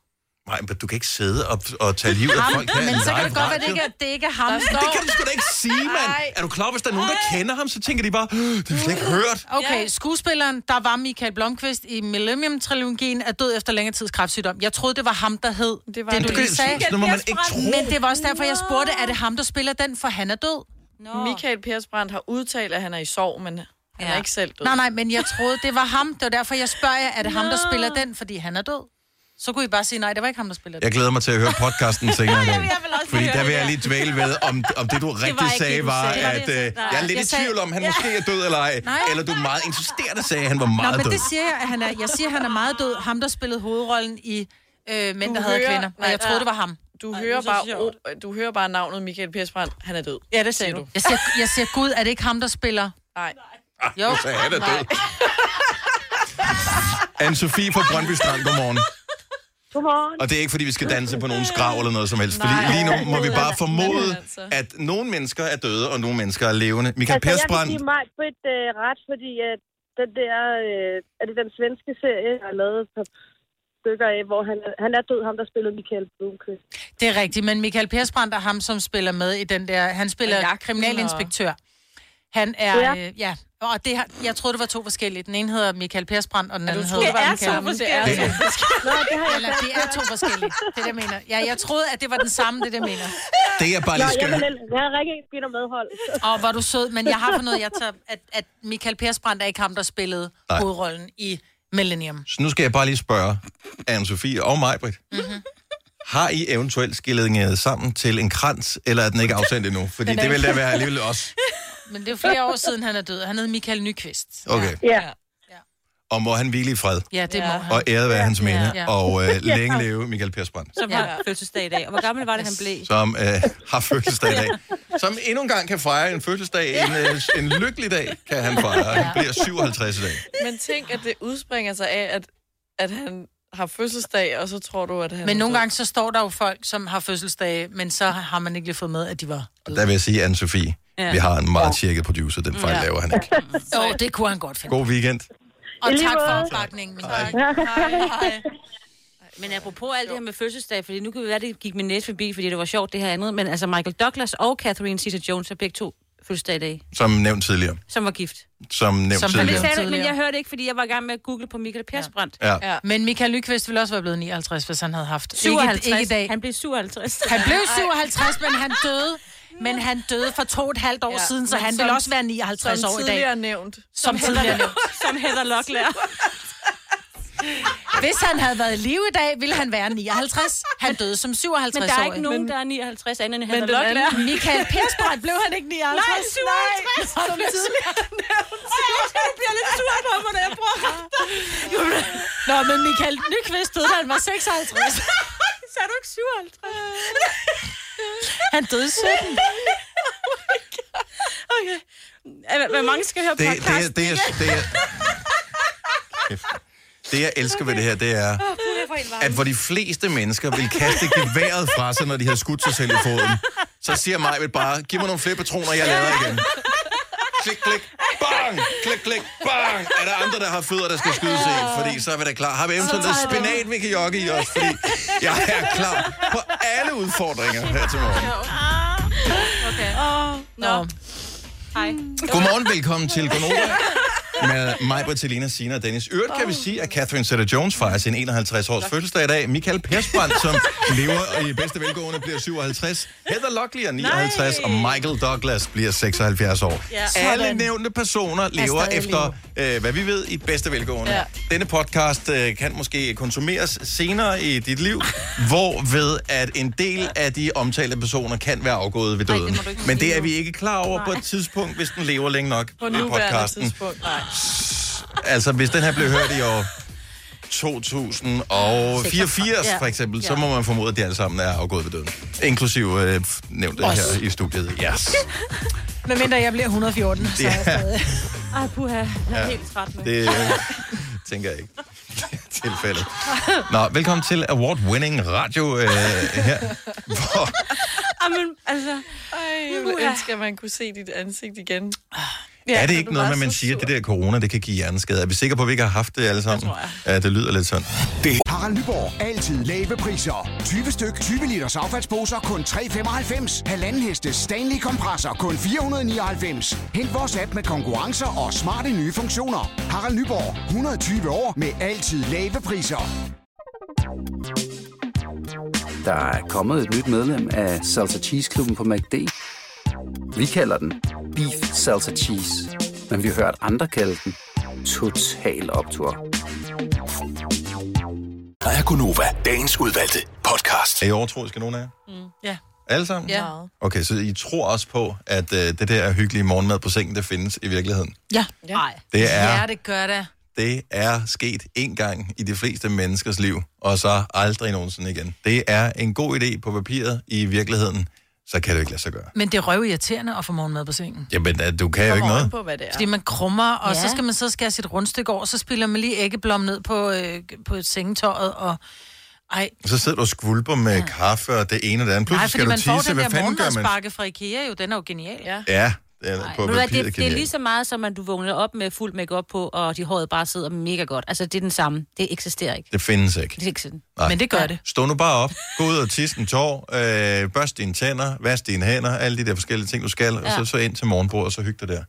[SPEAKER 1] Nej, men du kan ikke sidde og, og tage livet af
[SPEAKER 4] Ham,
[SPEAKER 1] folk her.
[SPEAKER 4] men
[SPEAKER 1] i
[SPEAKER 4] så kan
[SPEAKER 1] live
[SPEAKER 4] det godt være,
[SPEAKER 1] radio.
[SPEAKER 4] det ikke
[SPEAKER 2] er- det er ikke ham.
[SPEAKER 1] Men Det kan du sgu da ikke sige, mand.
[SPEAKER 2] Nej.
[SPEAKER 1] Er du klar, hvis der er nogen, der kender ham, så tænker de bare, "Øh, det har vi slet ikke hørt.
[SPEAKER 2] Okay, skuespilleren, der var Michael Blomqvist i Millennium-trilogien, er død efter længere tids kræftsygdom. Jeg troede, det var ham, der hed det,
[SPEAKER 4] var
[SPEAKER 2] det
[SPEAKER 4] det.
[SPEAKER 2] du
[SPEAKER 4] Det-
[SPEAKER 2] lige sagde.
[SPEAKER 4] sådan må man ikke tro.
[SPEAKER 2] Men det var også derfor, jeg spurgte, er det ham, der spiller den, for han er død?
[SPEAKER 4] No. Michael Persbrandt har udtalt, at han er i sorg, men han ja. er ikke selv død.
[SPEAKER 2] Nej, nej, men jeg troede, det var ham. Det var derfor, jeg spørger jer, er det ham, der
[SPEAKER 4] Nå.
[SPEAKER 2] spiller den, fordi han er død? Så kunne I bare sige, nej, det var ikke ham, der spiller den.
[SPEAKER 1] Jeg glæder mig til at høre
[SPEAKER 2] [LAUGHS]
[SPEAKER 1] podcasten senere. i dag. Fordi der vil jeg lige dvæle ved, om, om det
[SPEAKER 2] [LAUGHS] Det
[SPEAKER 1] du
[SPEAKER 2] var
[SPEAKER 1] rigtig
[SPEAKER 2] ikke det,
[SPEAKER 1] sagde
[SPEAKER 2] du
[SPEAKER 1] var,
[SPEAKER 2] sagde.
[SPEAKER 1] at øh,
[SPEAKER 2] Nej.
[SPEAKER 1] jeg er lidt
[SPEAKER 2] Jeg
[SPEAKER 1] i
[SPEAKER 2] sagde-
[SPEAKER 1] tvivl om, han
[SPEAKER 2] Ja.
[SPEAKER 1] måske er død eller ej.
[SPEAKER 2] Nej.
[SPEAKER 1] Eller du meget insisterende sagde, at han var
[SPEAKER 2] Nå,
[SPEAKER 1] meget
[SPEAKER 2] men
[SPEAKER 1] død.
[SPEAKER 2] det siger jeg, at han er. Jeg siger, at han er meget død. Ham, der spillede hovedrollen i øh, Mænd,
[SPEAKER 4] Du
[SPEAKER 2] der havde
[SPEAKER 4] hører-
[SPEAKER 2] kvinder. Og
[SPEAKER 4] nej,
[SPEAKER 2] jeg troede,
[SPEAKER 4] ja.
[SPEAKER 2] det var ham.
[SPEAKER 4] Du,
[SPEAKER 2] Ej,
[SPEAKER 4] hører
[SPEAKER 2] det er så
[SPEAKER 4] bare, oh, du hører bare navnet Michael Persbrandt. Han er død.
[SPEAKER 2] Ja, det sagde du. Jeg siger, jeg siger, Gud, er det ikke ham, der spiller?
[SPEAKER 4] Nej.
[SPEAKER 1] Ah, nu sagde han er død. Anne-Sophie fra Brøndby Strand, godmorgen.
[SPEAKER 11] Godmorgen.
[SPEAKER 1] Og det er ikke, fordi vi skal danse på nogen skrav eller noget som helst. Fordi
[SPEAKER 11] Nej.
[SPEAKER 1] lige nu må vi bare
[SPEAKER 11] Men
[SPEAKER 1] formode,
[SPEAKER 11] altså.
[SPEAKER 1] at nogle mennesker er døde, og nogle mennesker er levende. Michael
[SPEAKER 11] altså, Jeg
[SPEAKER 1] Persbrandt,
[SPEAKER 11] kan give mig Britt øh, ret, fordi at den der, øh, er det den svenske serie, jeg har lavet et par stykker af, hvor han, er- han er død, ham der spillede Michael Blomqvist.
[SPEAKER 2] Det er rigtigt, men Michael Persbrandt er ham, som spiller med i den der... Han
[SPEAKER 11] Og
[SPEAKER 2] spiller
[SPEAKER 11] jagten
[SPEAKER 2] kriminalinspektør. Han er...
[SPEAKER 11] Ja.
[SPEAKER 2] Ja. Øh, ja. Og det har, jeg troede, det var to forskellige. Den ene hedder Michael Persbrandt, og den
[SPEAKER 11] Ja, du
[SPEAKER 2] anden hedder...
[SPEAKER 11] troede, det var
[SPEAKER 2] Michael.
[SPEAKER 11] den samme. Det er
[SPEAKER 2] Det
[SPEAKER 11] to forskellige. Nå, det har jeg
[SPEAKER 2] Eller,
[SPEAKER 11] sagt.
[SPEAKER 2] det er to forskellige. Det er det, jeg mener. Ja, jeg troede, at det var den samme, det der mener.
[SPEAKER 1] det jeg bare lige skal
[SPEAKER 11] jeg,
[SPEAKER 1] høre.
[SPEAKER 11] vil- jeg har rigtig ikke spillet
[SPEAKER 2] [LAUGHS]
[SPEAKER 11] medhold.
[SPEAKER 2] Og hvor er du sød, men jeg har fundet ud af, jeg tager, at, at Michael Persbrandt er ikke ham, der spillede
[SPEAKER 1] Nej.
[SPEAKER 2] hovedrollen i Millennium.
[SPEAKER 1] Så nu skal jeg bare lige spørge Anne-Sophie og mig, Britt.
[SPEAKER 11] Mhm.
[SPEAKER 1] Har I eventuelt skillet sammen til en krans, eller er den ikke afsendt endnu? Fordi
[SPEAKER 2] Den er
[SPEAKER 1] det vil da
[SPEAKER 2] ikke-
[SPEAKER 1] være alligevel også.
[SPEAKER 2] Men det er jo flere år siden, han er død. Han hed Michael Nyqvist.
[SPEAKER 1] Okay.
[SPEAKER 11] Ja.
[SPEAKER 1] Og må han hvile i fred.
[SPEAKER 2] Ja, det må han.
[SPEAKER 1] Og æret være hans mene.
[SPEAKER 2] Ja.
[SPEAKER 1] Og øh,
[SPEAKER 2] [LAUGHS] Ja.
[SPEAKER 1] længe leve Michael Persbrandt,
[SPEAKER 17] Som har fødselsdag i dag. Og hvor gammel var det, han blev?
[SPEAKER 1] som øh, har fødselsdag i
[SPEAKER 2] [LAUGHS]
[SPEAKER 1] dag. Som endnu en gang kan fejre en fødselsdag. En, øh, en lykkelig dag kan han fejre. Han bliver 57 i dag.
[SPEAKER 4] Men tænk, at det udspringer sig af, at, at han har fødselsdag, og så tror du, at han...
[SPEAKER 2] Men nogle gange, så står der jo folk, som har fødselsdage, men så har man ikke lige fået med, at de var...
[SPEAKER 1] Og der vil jeg sige, Anne-Sophie,
[SPEAKER 2] Ja.
[SPEAKER 1] vi har en meget tjekket producer. Den fejl
[SPEAKER 2] Ja.
[SPEAKER 1] laver han ikke.
[SPEAKER 2] Jo, det kunne han godt finde.
[SPEAKER 1] God weekend.
[SPEAKER 2] Og
[SPEAKER 17] I lige
[SPEAKER 2] tak for
[SPEAKER 17] måde.
[SPEAKER 2] opbakningen.
[SPEAKER 1] Hej.
[SPEAKER 17] Men apropos alt det her med fødselsdag, fordi nu kan vi være, det gik min næse forbi, fordi det var sjovt det her andet, men altså Michael Douglas og Catherine Zeta-Jones har begge to fødselsdag i dag,
[SPEAKER 1] Som nævnt tidligere.
[SPEAKER 17] som var gift.
[SPEAKER 1] Som nævnt
[SPEAKER 2] Som han
[SPEAKER 17] Men, det
[SPEAKER 1] tidligere.
[SPEAKER 17] sagde du ikke, men jeg hørte ikke, fordi jeg var i gang med at google på Michael Persbrandt.
[SPEAKER 1] Ja.
[SPEAKER 2] [LAUGHS] Ja. Men Michael Nyqvist ville også være blevet 59, hvis han havde haft...
[SPEAKER 17] 57.
[SPEAKER 2] Ikke, ikke i dag.
[SPEAKER 17] Han blev 57.
[SPEAKER 2] Han blev 57, men han døde. Men han døde for to og et halvt år
[SPEAKER 17] Ja,
[SPEAKER 2] ja, siden, så
[SPEAKER 17] men
[SPEAKER 2] han
[SPEAKER 17] som-
[SPEAKER 2] ville også være 59
[SPEAKER 17] som
[SPEAKER 2] år i dag.
[SPEAKER 17] tidligere
[SPEAKER 4] nævnt.
[SPEAKER 2] Som
[SPEAKER 17] Som
[SPEAKER 2] tidligere
[SPEAKER 17] Heather-
[SPEAKER 2] nævnt.
[SPEAKER 17] [LAUGHS] Som Heather
[SPEAKER 2] [LAUGHS]
[SPEAKER 17] Locklear.
[SPEAKER 2] Hvis han havde været i live i dag, ville han være 59. Han døde som 57
[SPEAKER 17] Men der er ikke nogen, der er 59 andet end Heather
[SPEAKER 2] den
[SPEAKER 17] Locklear. [LAUGHS]
[SPEAKER 2] anden, Michael Persbrandt, blev han ikke 59?
[SPEAKER 17] Nej,
[SPEAKER 2] Nej,
[SPEAKER 17] 57, som
[SPEAKER 2] blev
[SPEAKER 17] tidligere
[SPEAKER 2] [LAUGHS] nævnt.
[SPEAKER 17] Ej, jeg tror, du bliver lidt sur på mig, da jeg bruger kræfter.
[SPEAKER 2] Nå, men Michael Nyqvist døde, da han var 56.
[SPEAKER 17] Sagde du ikke 57?
[SPEAKER 2] Han døde 17.
[SPEAKER 17] Okay. Hvor- Hvor mange skal høre
[SPEAKER 1] Det, det,
[SPEAKER 17] podcasten?
[SPEAKER 1] det, det, er, det, er, det, jeg elsker ved det her, det er, at hvor de fleste mennesker vil kaste geværet fra sig, når de har skudt sig selv i foden, så siger mig bare, giv mig nogle flere patroner, jeg lader igen. Klik, klik, bang, klik, klik, bang. Er der andre, der har fødder, der skal skydes i? Fordi så er vi da klar. Har vi eventuelt noget spinat, vi kan jogge i os? Fordi jeg er klar på alle udfordringer her til morgen.
[SPEAKER 17] Okay. Oh, no. Hej.
[SPEAKER 1] Godmorgen, velkommen til Gonova med mig, Bertilina, Sina og Dennis. I Øvrigt kan vi sige, at Catherine Zeta-Jones fejrer sin 51-års fødselsdag i dag. Michael Persbrandt, som lever i bedste velgående, bliver 57. Heather Locklear, 59. Og Michael Douglas bliver 76 år.
[SPEAKER 9] Ja.
[SPEAKER 1] Alle
[SPEAKER 9] Sådan.
[SPEAKER 1] nævnte personer lever
[SPEAKER 9] stadig
[SPEAKER 1] efter, øh, hvad vi ved, i bedste velgående.
[SPEAKER 9] Ja.
[SPEAKER 1] Denne podcast øh, kan måske konsumeres senere i dit liv, hvorved at en del af de omtalte personer kan være afgået ved døden.
[SPEAKER 9] du ikke
[SPEAKER 1] Men
[SPEAKER 9] sige
[SPEAKER 1] det er
[SPEAKER 9] nu.
[SPEAKER 1] vi ikke klar over på et tidspunkt, hvis den lever længe nok
[SPEAKER 4] På
[SPEAKER 1] i
[SPEAKER 4] nuværende
[SPEAKER 1] podcasten.
[SPEAKER 4] tidspunkt. Nej.
[SPEAKER 1] Altså, hvis den her blev hørt i år 2084,
[SPEAKER 2] Ja.
[SPEAKER 1] for eksempel, så
[SPEAKER 2] Ja.
[SPEAKER 1] må man formode, at de alle sammen er afgået ved døden. Inklusiv øh, f- nævnt det
[SPEAKER 2] Os.
[SPEAKER 1] her i studiet. Yes.
[SPEAKER 2] Men mindre jeg bliver 114, så er jeg
[SPEAKER 1] Ja.
[SPEAKER 2] stadig...
[SPEAKER 17] Ej, puha. Jeg er
[SPEAKER 1] Ja.
[SPEAKER 17] helt træt med.
[SPEAKER 1] Det øh, tænker jeg ikke. [LAUGHS] Tilfældet. Nå, velkommen til award-winning radio øh, her.
[SPEAKER 4] Jamen, altså... Ej,
[SPEAKER 2] Uhuh.
[SPEAKER 4] jeg ville ønske, at man kunne se dit ansigt igen.
[SPEAKER 1] Ja, er det
[SPEAKER 4] for
[SPEAKER 1] ikke
[SPEAKER 4] du
[SPEAKER 1] noget med,
[SPEAKER 4] var
[SPEAKER 1] at man
[SPEAKER 4] så
[SPEAKER 1] siger, at
[SPEAKER 4] sur.
[SPEAKER 1] det der corona, det kan give hjerneskade? Er vi sikre på, at vi ikke har haft det alle sammen? Ja, det lyder lidt sådan.
[SPEAKER 15] Det Harald Nyborg. Altid lave priser. 20 styk, 20 liters affaldsposer kun 3,95. Halvanden heste Stanley kompresser kun 499. Hent vores app med konkurrencer og smarte nye funktioner. Harald Nyborg. 120 år med altid lave priser.
[SPEAKER 16] Der er kommet et nyt medlem af Salsa Cheese Klubben på MACD. Vi kalder den Beef Salsa Cheese, men vi har hørt andre kalde den Total Optor.
[SPEAKER 1] Der er Gunova, dagens udvalgte podcast. Er I overtroiske, nogen af jer?
[SPEAKER 2] Ja.
[SPEAKER 1] Alle sammen?
[SPEAKER 2] Ja.
[SPEAKER 1] Okay, så I tror også på, at øh, det der hyggelige morgenmad på sengen, det findes i virkeligheden?
[SPEAKER 2] Ja. Nej.
[SPEAKER 1] Det er-
[SPEAKER 2] Ja, det gør det.
[SPEAKER 1] Det er sket én gang i de fleste menneskers liv, og så aldrig nogensinde igen. Det er en god idé på papiret. I virkeligheden, så kan det ikke lade sig gøre.
[SPEAKER 2] Men det er røvirriterende at få morgenmad på sengen.
[SPEAKER 1] Jamen, øh, du kan jo ikke noget.
[SPEAKER 4] hvad det er.
[SPEAKER 2] Fordi man krummer, og ja.
[SPEAKER 17] Ja.
[SPEAKER 2] så skal man så skære sit rundstykke over, så spiller man lige æggeblom ned på, øh, på et sengetøjet, og... Ej,
[SPEAKER 1] Så sidder du og skvulper med ja. kaffe og det ene og det andet.
[SPEAKER 2] nej,
[SPEAKER 1] Pludselig
[SPEAKER 2] fordi
[SPEAKER 1] skal du
[SPEAKER 2] man får
[SPEAKER 1] tisse.
[SPEAKER 2] den
[SPEAKER 1] Hvad
[SPEAKER 2] der
[SPEAKER 1] fanden gør man?
[SPEAKER 2] morgenmadspakke fra Ikea jo, den er jo genial. Ja.
[SPEAKER 1] Ja, det er på
[SPEAKER 17] Ved du hvad,
[SPEAKER 1] papiret
[SPEAKER 17] det, det er
[SPEAKER 1] genialt.
[SPEAKER 17] lige så meget, som at du vågner op med fuld makeup på, og de håret bare sidder mega godt. Altså, det er den samme. Det eksisterer ikke.
[SPEAKER 1] Det findes ikke.
[SPEAKER 17] Det er ikke sådan.
[SPEAKER 1] Nej.
[SPEAKER 17] Ja.
[SPEAKER 1] Stå nu bare op, gå ud og tisse en tår, øh, børst dine tænder, vask dine hænder, alle de der forskellige ting, du skal, ja. og
[SPEAKER 2] Ja.
[SPEAKER 1] så, så ind til morgenbordet, og så hygge dig der. I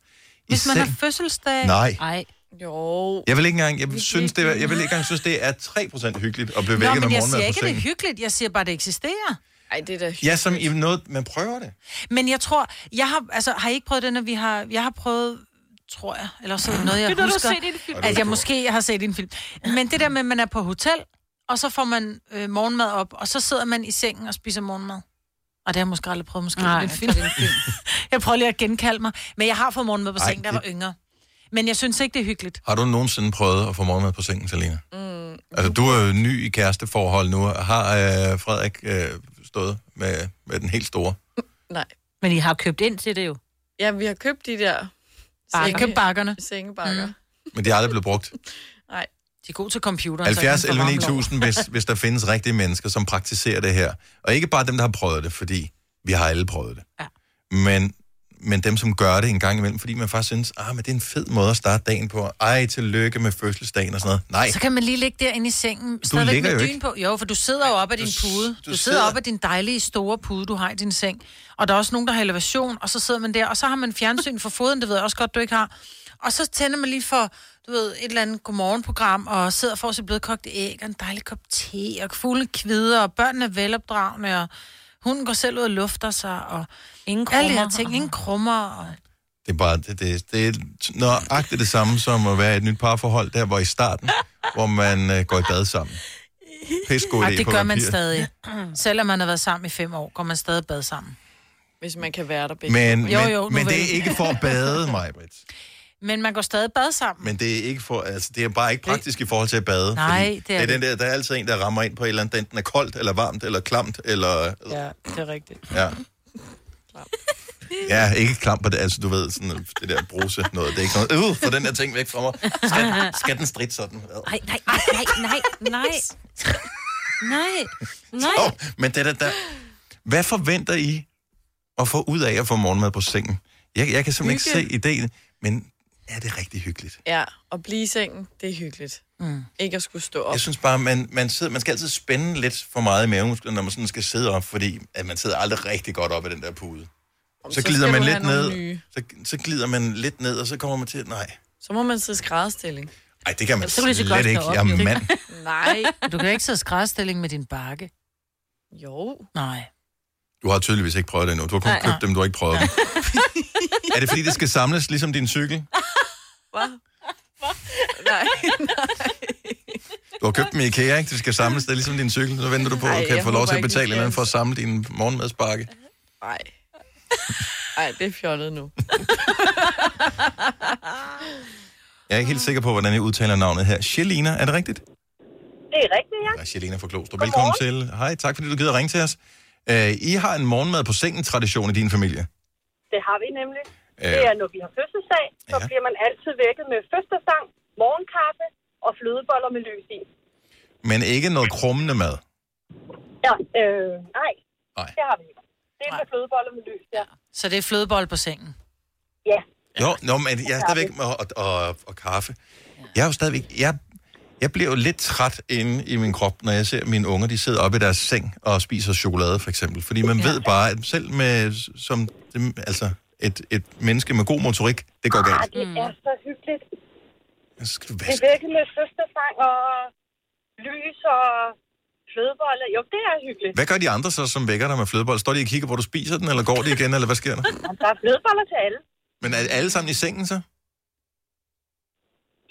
[SPEAKER 2] Hvis man har
[SPEAKER 1] seng.
[SPEAKER 2] fødselsdag...
[SPEAKER 1] Nej.
[SPEAKER 2] Ej. Jo.
[SPEAKER 1] Jeg vil ikke engang, jeg vil synes, det, er- jeg vil ikke engang synes, det er 3% hyggeligt at blive
[SPEAKER 2] Nå,
[SPEAKER 1] vækket med
[SPEAKER 2] men jeg
[SPEAKER 1] morgenmad
[SPEAKER 2] siger
[SPEAKER 1] på
[SPEAKER 2] ikke, at det er
[SPEAKER 1] sengen.
[SPEAKER 2] hyggeligt. Jeg siger bare, at det eksisterer.
[SPEAKER 4] Ej, det er da
[SPEAKER 1] Ja, som i noget, man prøver det.
[SPEAKER 2] Men jeg tror, jeg har, altså, har I ikke prøvet det, når vi har, jeg har prøvet, tror jeg, eller så noget, jeg
[SPEAKER 17] Det er, når du har
[SPEAKER 2] husker,
[SPEAKER 17] set det i en film.
[SPEAKER 2] at Altså, jeg måske har set det i en film. Men det der med, at man er på hotel, og så får man øh, morgenmad op, og så sidder man i sengen og spiser morgenmad. Og det har jeg måske aldrig prøvet, måske
[SPEAKER 17] Nej,
[SPEAKER 2] Nej, en
[SPEAKER 17] jeg
[SPEAKER 2] film. jeg prøver lige at genkalde mig, men jeg har fået morgenmad på
[SPEAKER 1] Ej,
[SPEAKER 2] sengen, da jeg var
[SPEAKER 1] det-
[SPEAKER 2] yngre. Men jeg synes ikke, det er hyggeligt.
[SPEAKER 1] Har du nogensinde prøvet at få morgenmad på sengen, Selina? Mm. Altså, du er jo ny i kæresteforhold nu. Har øh, Frederik øh, stået med, med den helt store?
[SPEAKER 4] Nej.
[SPEAKER 17] Men I har købt ind til det jo.
[SPEAKER 4] Ja, vi har købt de der...
[SPEAKER 2] Bakker. Købt bakkerne.
[SPEAKER 4] Sengebakker. Mm.
[SPEAKER 1] Men det er aldrig blevet brugt.
[SPEAKER 4] Nej.
[SPEAKER 2] De er gode til computeren. så kan man
[SPEAKER 1] 70
[SPEAKER 2] få
[SPEAKER 1] 11
[SPEAKER 2] varme lår.
[SPEAKER 1] 9000, hvis, hvis der findes rigtige mennesker, som praktiserer det her. Og ikke bare dem, der har prøvet det, fordi vi har alle prøvet det.
[SPEAKER 17] Ja.
[SPEAKER 1] Men, men dem, som gør det en gang imellem, fordi man faktisk synes, ah, men det er en fed måde at starte dagen på. Ej, tillykke med fødselsdagen og sådan noget. Nej,
[SPEAKER 2] Så kan man lige ligge derinde i sengen, stadigvæk
[SPEAKER 1] ligger
[SPEAKER 2] med
[SPEAKER 1] jo
[SPEAKER 2] dyne
[SPEAKER 1] ikke.
[SPEAKER 2] på. Jo, for du sidder jo op af din pude. Du, sidder
[SPEAKER 1] sidder-
[SPEAKER 2] op af din dejlige store pude, du har i din seng. Og der er også nogen, der har elevation, og så sidder man der, og så har man fjernsyn for foden, det ved jeg også godt, du ikke har. Og så tænder man lige for, du ved, et eller andet godmorgenprogram, og sidder og får sit blødkogte æg, og en dejlig kop te, og fugle kvider, og børnene er velopdragende, og hunden går selv ud og lufter sig, og
[SPEAKER 17] ingen
[SPEAKER 2] alle de her
[SPEAKER 17] krummer.
[SPEAKER 2] ting, ingen krummer, og
[SPEAKER 1] det er bare det, det, det er nøjagtigt det samme som at være i et nyt parforhold, der hvor i starten, hvor man øh, går i bad sammen. Pisse god idé
[SPEAKER 2] Ej, det
[SPEAKER 1] på
[SPEAKER 2] gør man
[SPEAKER 1] papiret.
[SPEAKER 17] [CLEARS THROAT]
[SPEAKER 2] stadig. Selvom man har været sammen i fem år, går man stadig i bad sammen.
[SPEAKER 4] Hvis man kan være der begge.
[SPEAKER 1] Men,
[SPEAKER 2] Jo,
[SPEAKER 1] men,
[SPEAKER 2] jo, nu
[SPEAKER 1] men det
[SPEAKER 2] vel.
[SPEAKER 1] er ikke for at bade, mig,
[SPEAKER 2] Men man går stadig i bad sammen.
[SPEAKER 1] Men det er, ikke for, altså, det er bare ikke praktisk i forhold til at bade.
[SPEAKER 2] Nej,
[SPEAKER 1] fordi
[SPEAKER 2] det er
[SPEAKER 1] det er
[SPEAKER 2] det
[SPEAKER 1] den der, der er altid en, der rammer ind på et eller andet, enten er koldt, eller varmt, eller klamt, eller...
[SPEAKER 4] Ja, det er rigtigt.
[SPEAKER 1] Ja. Ja, ikke klamt på det, altså du ved, sådan det der bruse noget. Det er ikke sådan, øh, få den der ting væk fra mig. Skal, skal den stridt sådan?
[SPEAKER 17] Nej, nej, nej, nej,
[SPEAKER 2] [LAUGHS]
[SPEAKER 17] nej. Nej, nej.
[SPEAKER 1] Oh, men det der, der, hvad forventer I at få ud af at få morgenmad på sengen? Jeg, jeg kan simpelthen
[SPEAKER 4] Hygge.
[SPEAKER 1] ikke se ideen, men er det rigtig hyggeligt?
[SPEAKER 4] Ja, og blive i sengen, det er hyggeligt. Mm. Ikke at skulle stå op.
[SPEAKER 1] Jeg synes bare, man, man, sidder, man skal altid spænde lidt for meget i mavemusklerne, når man sådan skal sidde op, fordi at man sidder aldrig rigtig godt op i den der pude. Så,
[SPEAKER 4] så
[SPEAKER 1] glider
[SPEAKER 4] skal
[SPEAKER 1] man
[SPEAKER 4] du
[SPEAKER 1] lidt
[SPEAKER 4] have nogle
[SPEAKER 1] ned,
[SPEAKER 4] nye.
[SPEAKER 1] så, så glider man lidt ned, og så kommer man til, at nej,
[SPEAKER 4] Så må man sidde i skrædderstilling.
[SPEAKER 1] ej, det kan man
[SPEAKER 4] Så kan du
[SPEAKER 1] slet
[SPEAKER 4] lige så godt
[SPEAKER 1] ikke,
[SPEAKER 4] stå op,
[SPEAKER 1] jeg er
[SPEAKER 4] jo.
[SPEAKER 1] mand.
[SPEAKER 4] Nej.
[SPEAKER 2] Du kan ikke sidde i skrædstilling med din bakke.
[SPEAKER 4] [LAUGHS] Jo.
[SPEAKER 2] Nej.
[SPEAKER 1] Du har tydeligvis ikke prøvet det endnu. Du har kun
[SPEAKER 2] Nej.
[SPEAKER 1] købt dem, du har ikke prøvet dem.
[SPEAKER 4] [LAUGHS]
[SPEAKER 1] er det fordi, det skal samles, ligesom din cykel?
[SPEAKER 4] Hvad? Nej, nej.
[SPEAKER 1] Du har købt dem i IKEA, ikke? Det skal samles, det er ligesom din cykel. Så venter du på,
[SPEAKER 4] Ej,
[SPEAKER 1] at du kan
[SPEAKER 4] jeg
[SPEAKER 1] få lov
[SPEAKER 4] håber
[SPEAKER 1] til at
[SPEAKER 4] ikke, de
[SPEAKER 1] betale en
[SPEAKER 4] kan.
[SPEAKER 1] eller anden for at samle din morgenmadspakke.
[SPEAKER 4] Nej. Ej, det er fjollet nu.
[SPEAKER 1] Jeg er ikke helt sikker på, hvordan jeg udtaler navnet her. Shelina, er det rigtigt? og Sjelena fra Kloster. Velkommen til. Hej, tak fordi du gider ringe til os. Øh, I har en morgenmad på sengen tradition i din familie.
[SPEAKER 19] Det har vi nemlig.
[SPEAKER 1] Ja.
[SPEAKER 19] Det er, når vi har fødselsdag, så
[SPEAKER 1] Ja.
[SPEAKER 19] bliver man altid vækket med fødselsdag, morgenkaffe og flødeboller med løs i.
[SPEAKER 1] Øh, Men ikke noget krummende mad.
[SPEAKER 19] Ja, øh, nej.
[SPEAKER 1] nej,
[SPEAKER 19] det har vi ikke. Det er med flødeboller med løs, ja.
[SPEAKER 2] Så det er flødebold på sengen.
[SPEAKER 19] Ja,
[SPEAKER 1] Jo, nå, men jeg er stadigvæk med, og, og, og kaffe. Jeg er jo stadigvæk... Jeg, jeg bliver jo lidt træt inde i min krop, når jeg ser mine unger, de sidder oppe i deres seng og spiser chokolade, for eksempel. Fordi man ved bare, at selv med, som, dem- altså, et, et menneske med god motorik, det går
[SPEAKER 19] ah,
[SPEAKER 1] galt.
[SPEAKER 19] det er så hyggeligt.
[SPEAKER 1] Så skal du
[SPEAKER 19] Ah, Det er vækket med fødselsdag og lys og flødeboller. Jo, det er hyggeligt.
[SPEAKER 1] Hvad gør de andre så, som vækker dig med flødebold? Står de og kigger, hvor du spiser den, eller går de igen, eller hvad sker der?
[SPEAKER 19] Og der er flødeboller til alle.
[SPEAKER 1] Men er alle sammen i sengen så?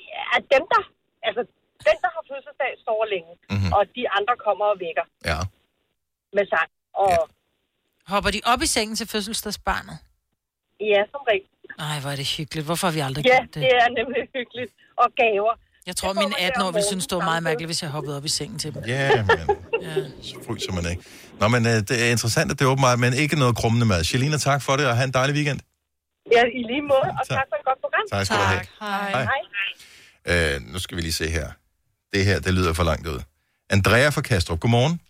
[SPEAKER 19] Ja, dem der, altså, den der har fødselsdag står længe,
[SPEAKER 1] Mhm.
[SPEAKER 19] mm-hmm. og de andre kommer og vækker
[SPEAKER 1] Ja.
[SPEAKER 19] med sang. Og
[SPEAKER 2] Hopper de op i sengen til fødselsdagsbarnet?
[SPEAKER 19] ja, som regel.
[SPEAKER 2] Nej, hvor er det hyggeligt. Hvorfor har vi aldrig
[SPEAKER 19] Ja,
[SPEAKER 2] gjort det?
[SPEAKER 19] det er nemlig hyggeligt. Og gaver.
[SPEAKER 2] Jeg tror, min 18 år ville synes, det var meget mærkeligt, hvis jeg hoppede op i sengen til dem.
[SPEAKER 1] Ja, men så fryser man ikke. Nå, men øh, det er interessant, at det er åbenbart, men ikke noget krummende mad. Shalina, tak for det, og have en dejlig weekend.
[SPEAKER 19] Ja, i lige måde, og
[SPEAKER 1] Tak.
[SPEAKER 19] tak for et godt program.
[SPEAKER 1] Tak skal du have. Hej.
[SPEAKER 19] Hej.
[SPEAKER 1] Øh, nu skal vi lige se her. Det her, det lyder for langt ud. Andrea fra Kastrup, godmorgen.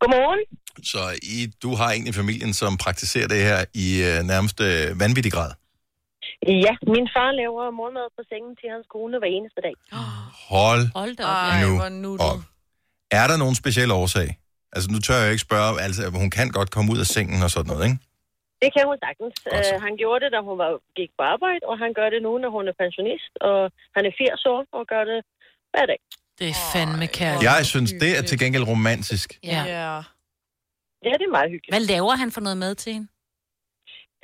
[SPEAKER 19] Godmorgen.
[SPEAKER 1] Så I, du har en i familien, som praktiserer det her i øh, nærmest øh, vanvittig grad.
[SPEAKER 19] Ja, min far laver morgenmad på sengen til hans kone hver eneste dag.
[SPEAKER 1] Hold
[SPEAKER 19] Hold da
[SPEAKER 1] op. Ej, Nu. hvor
[SPEAKER 19] nu
[SPEAKER 1] op. Er der nogen speciel årsag? Altså, nu tør jeg ikke spørge, altså, hun kan godt komme ud af sengen og sådan noget, ikke?
[SPEAKER 19] Det kan hun sagtens. Uh, han gjorde det, da hun var, gik på arbejde, og han gør det nu, når hun er pensionist. Og han er 80 år og gør det hver dag.
[SPEAKER 2] Det er fandme kærligt.
[SPEAKER 1] Jeg synes, det er til gengæld romantisk.
[SPEAKER 2] Ja.
[SPEAKER 19] Ja, det er meget hyggeligt.
[SPEAKER 17] Hvad laver han for noget mad til hende?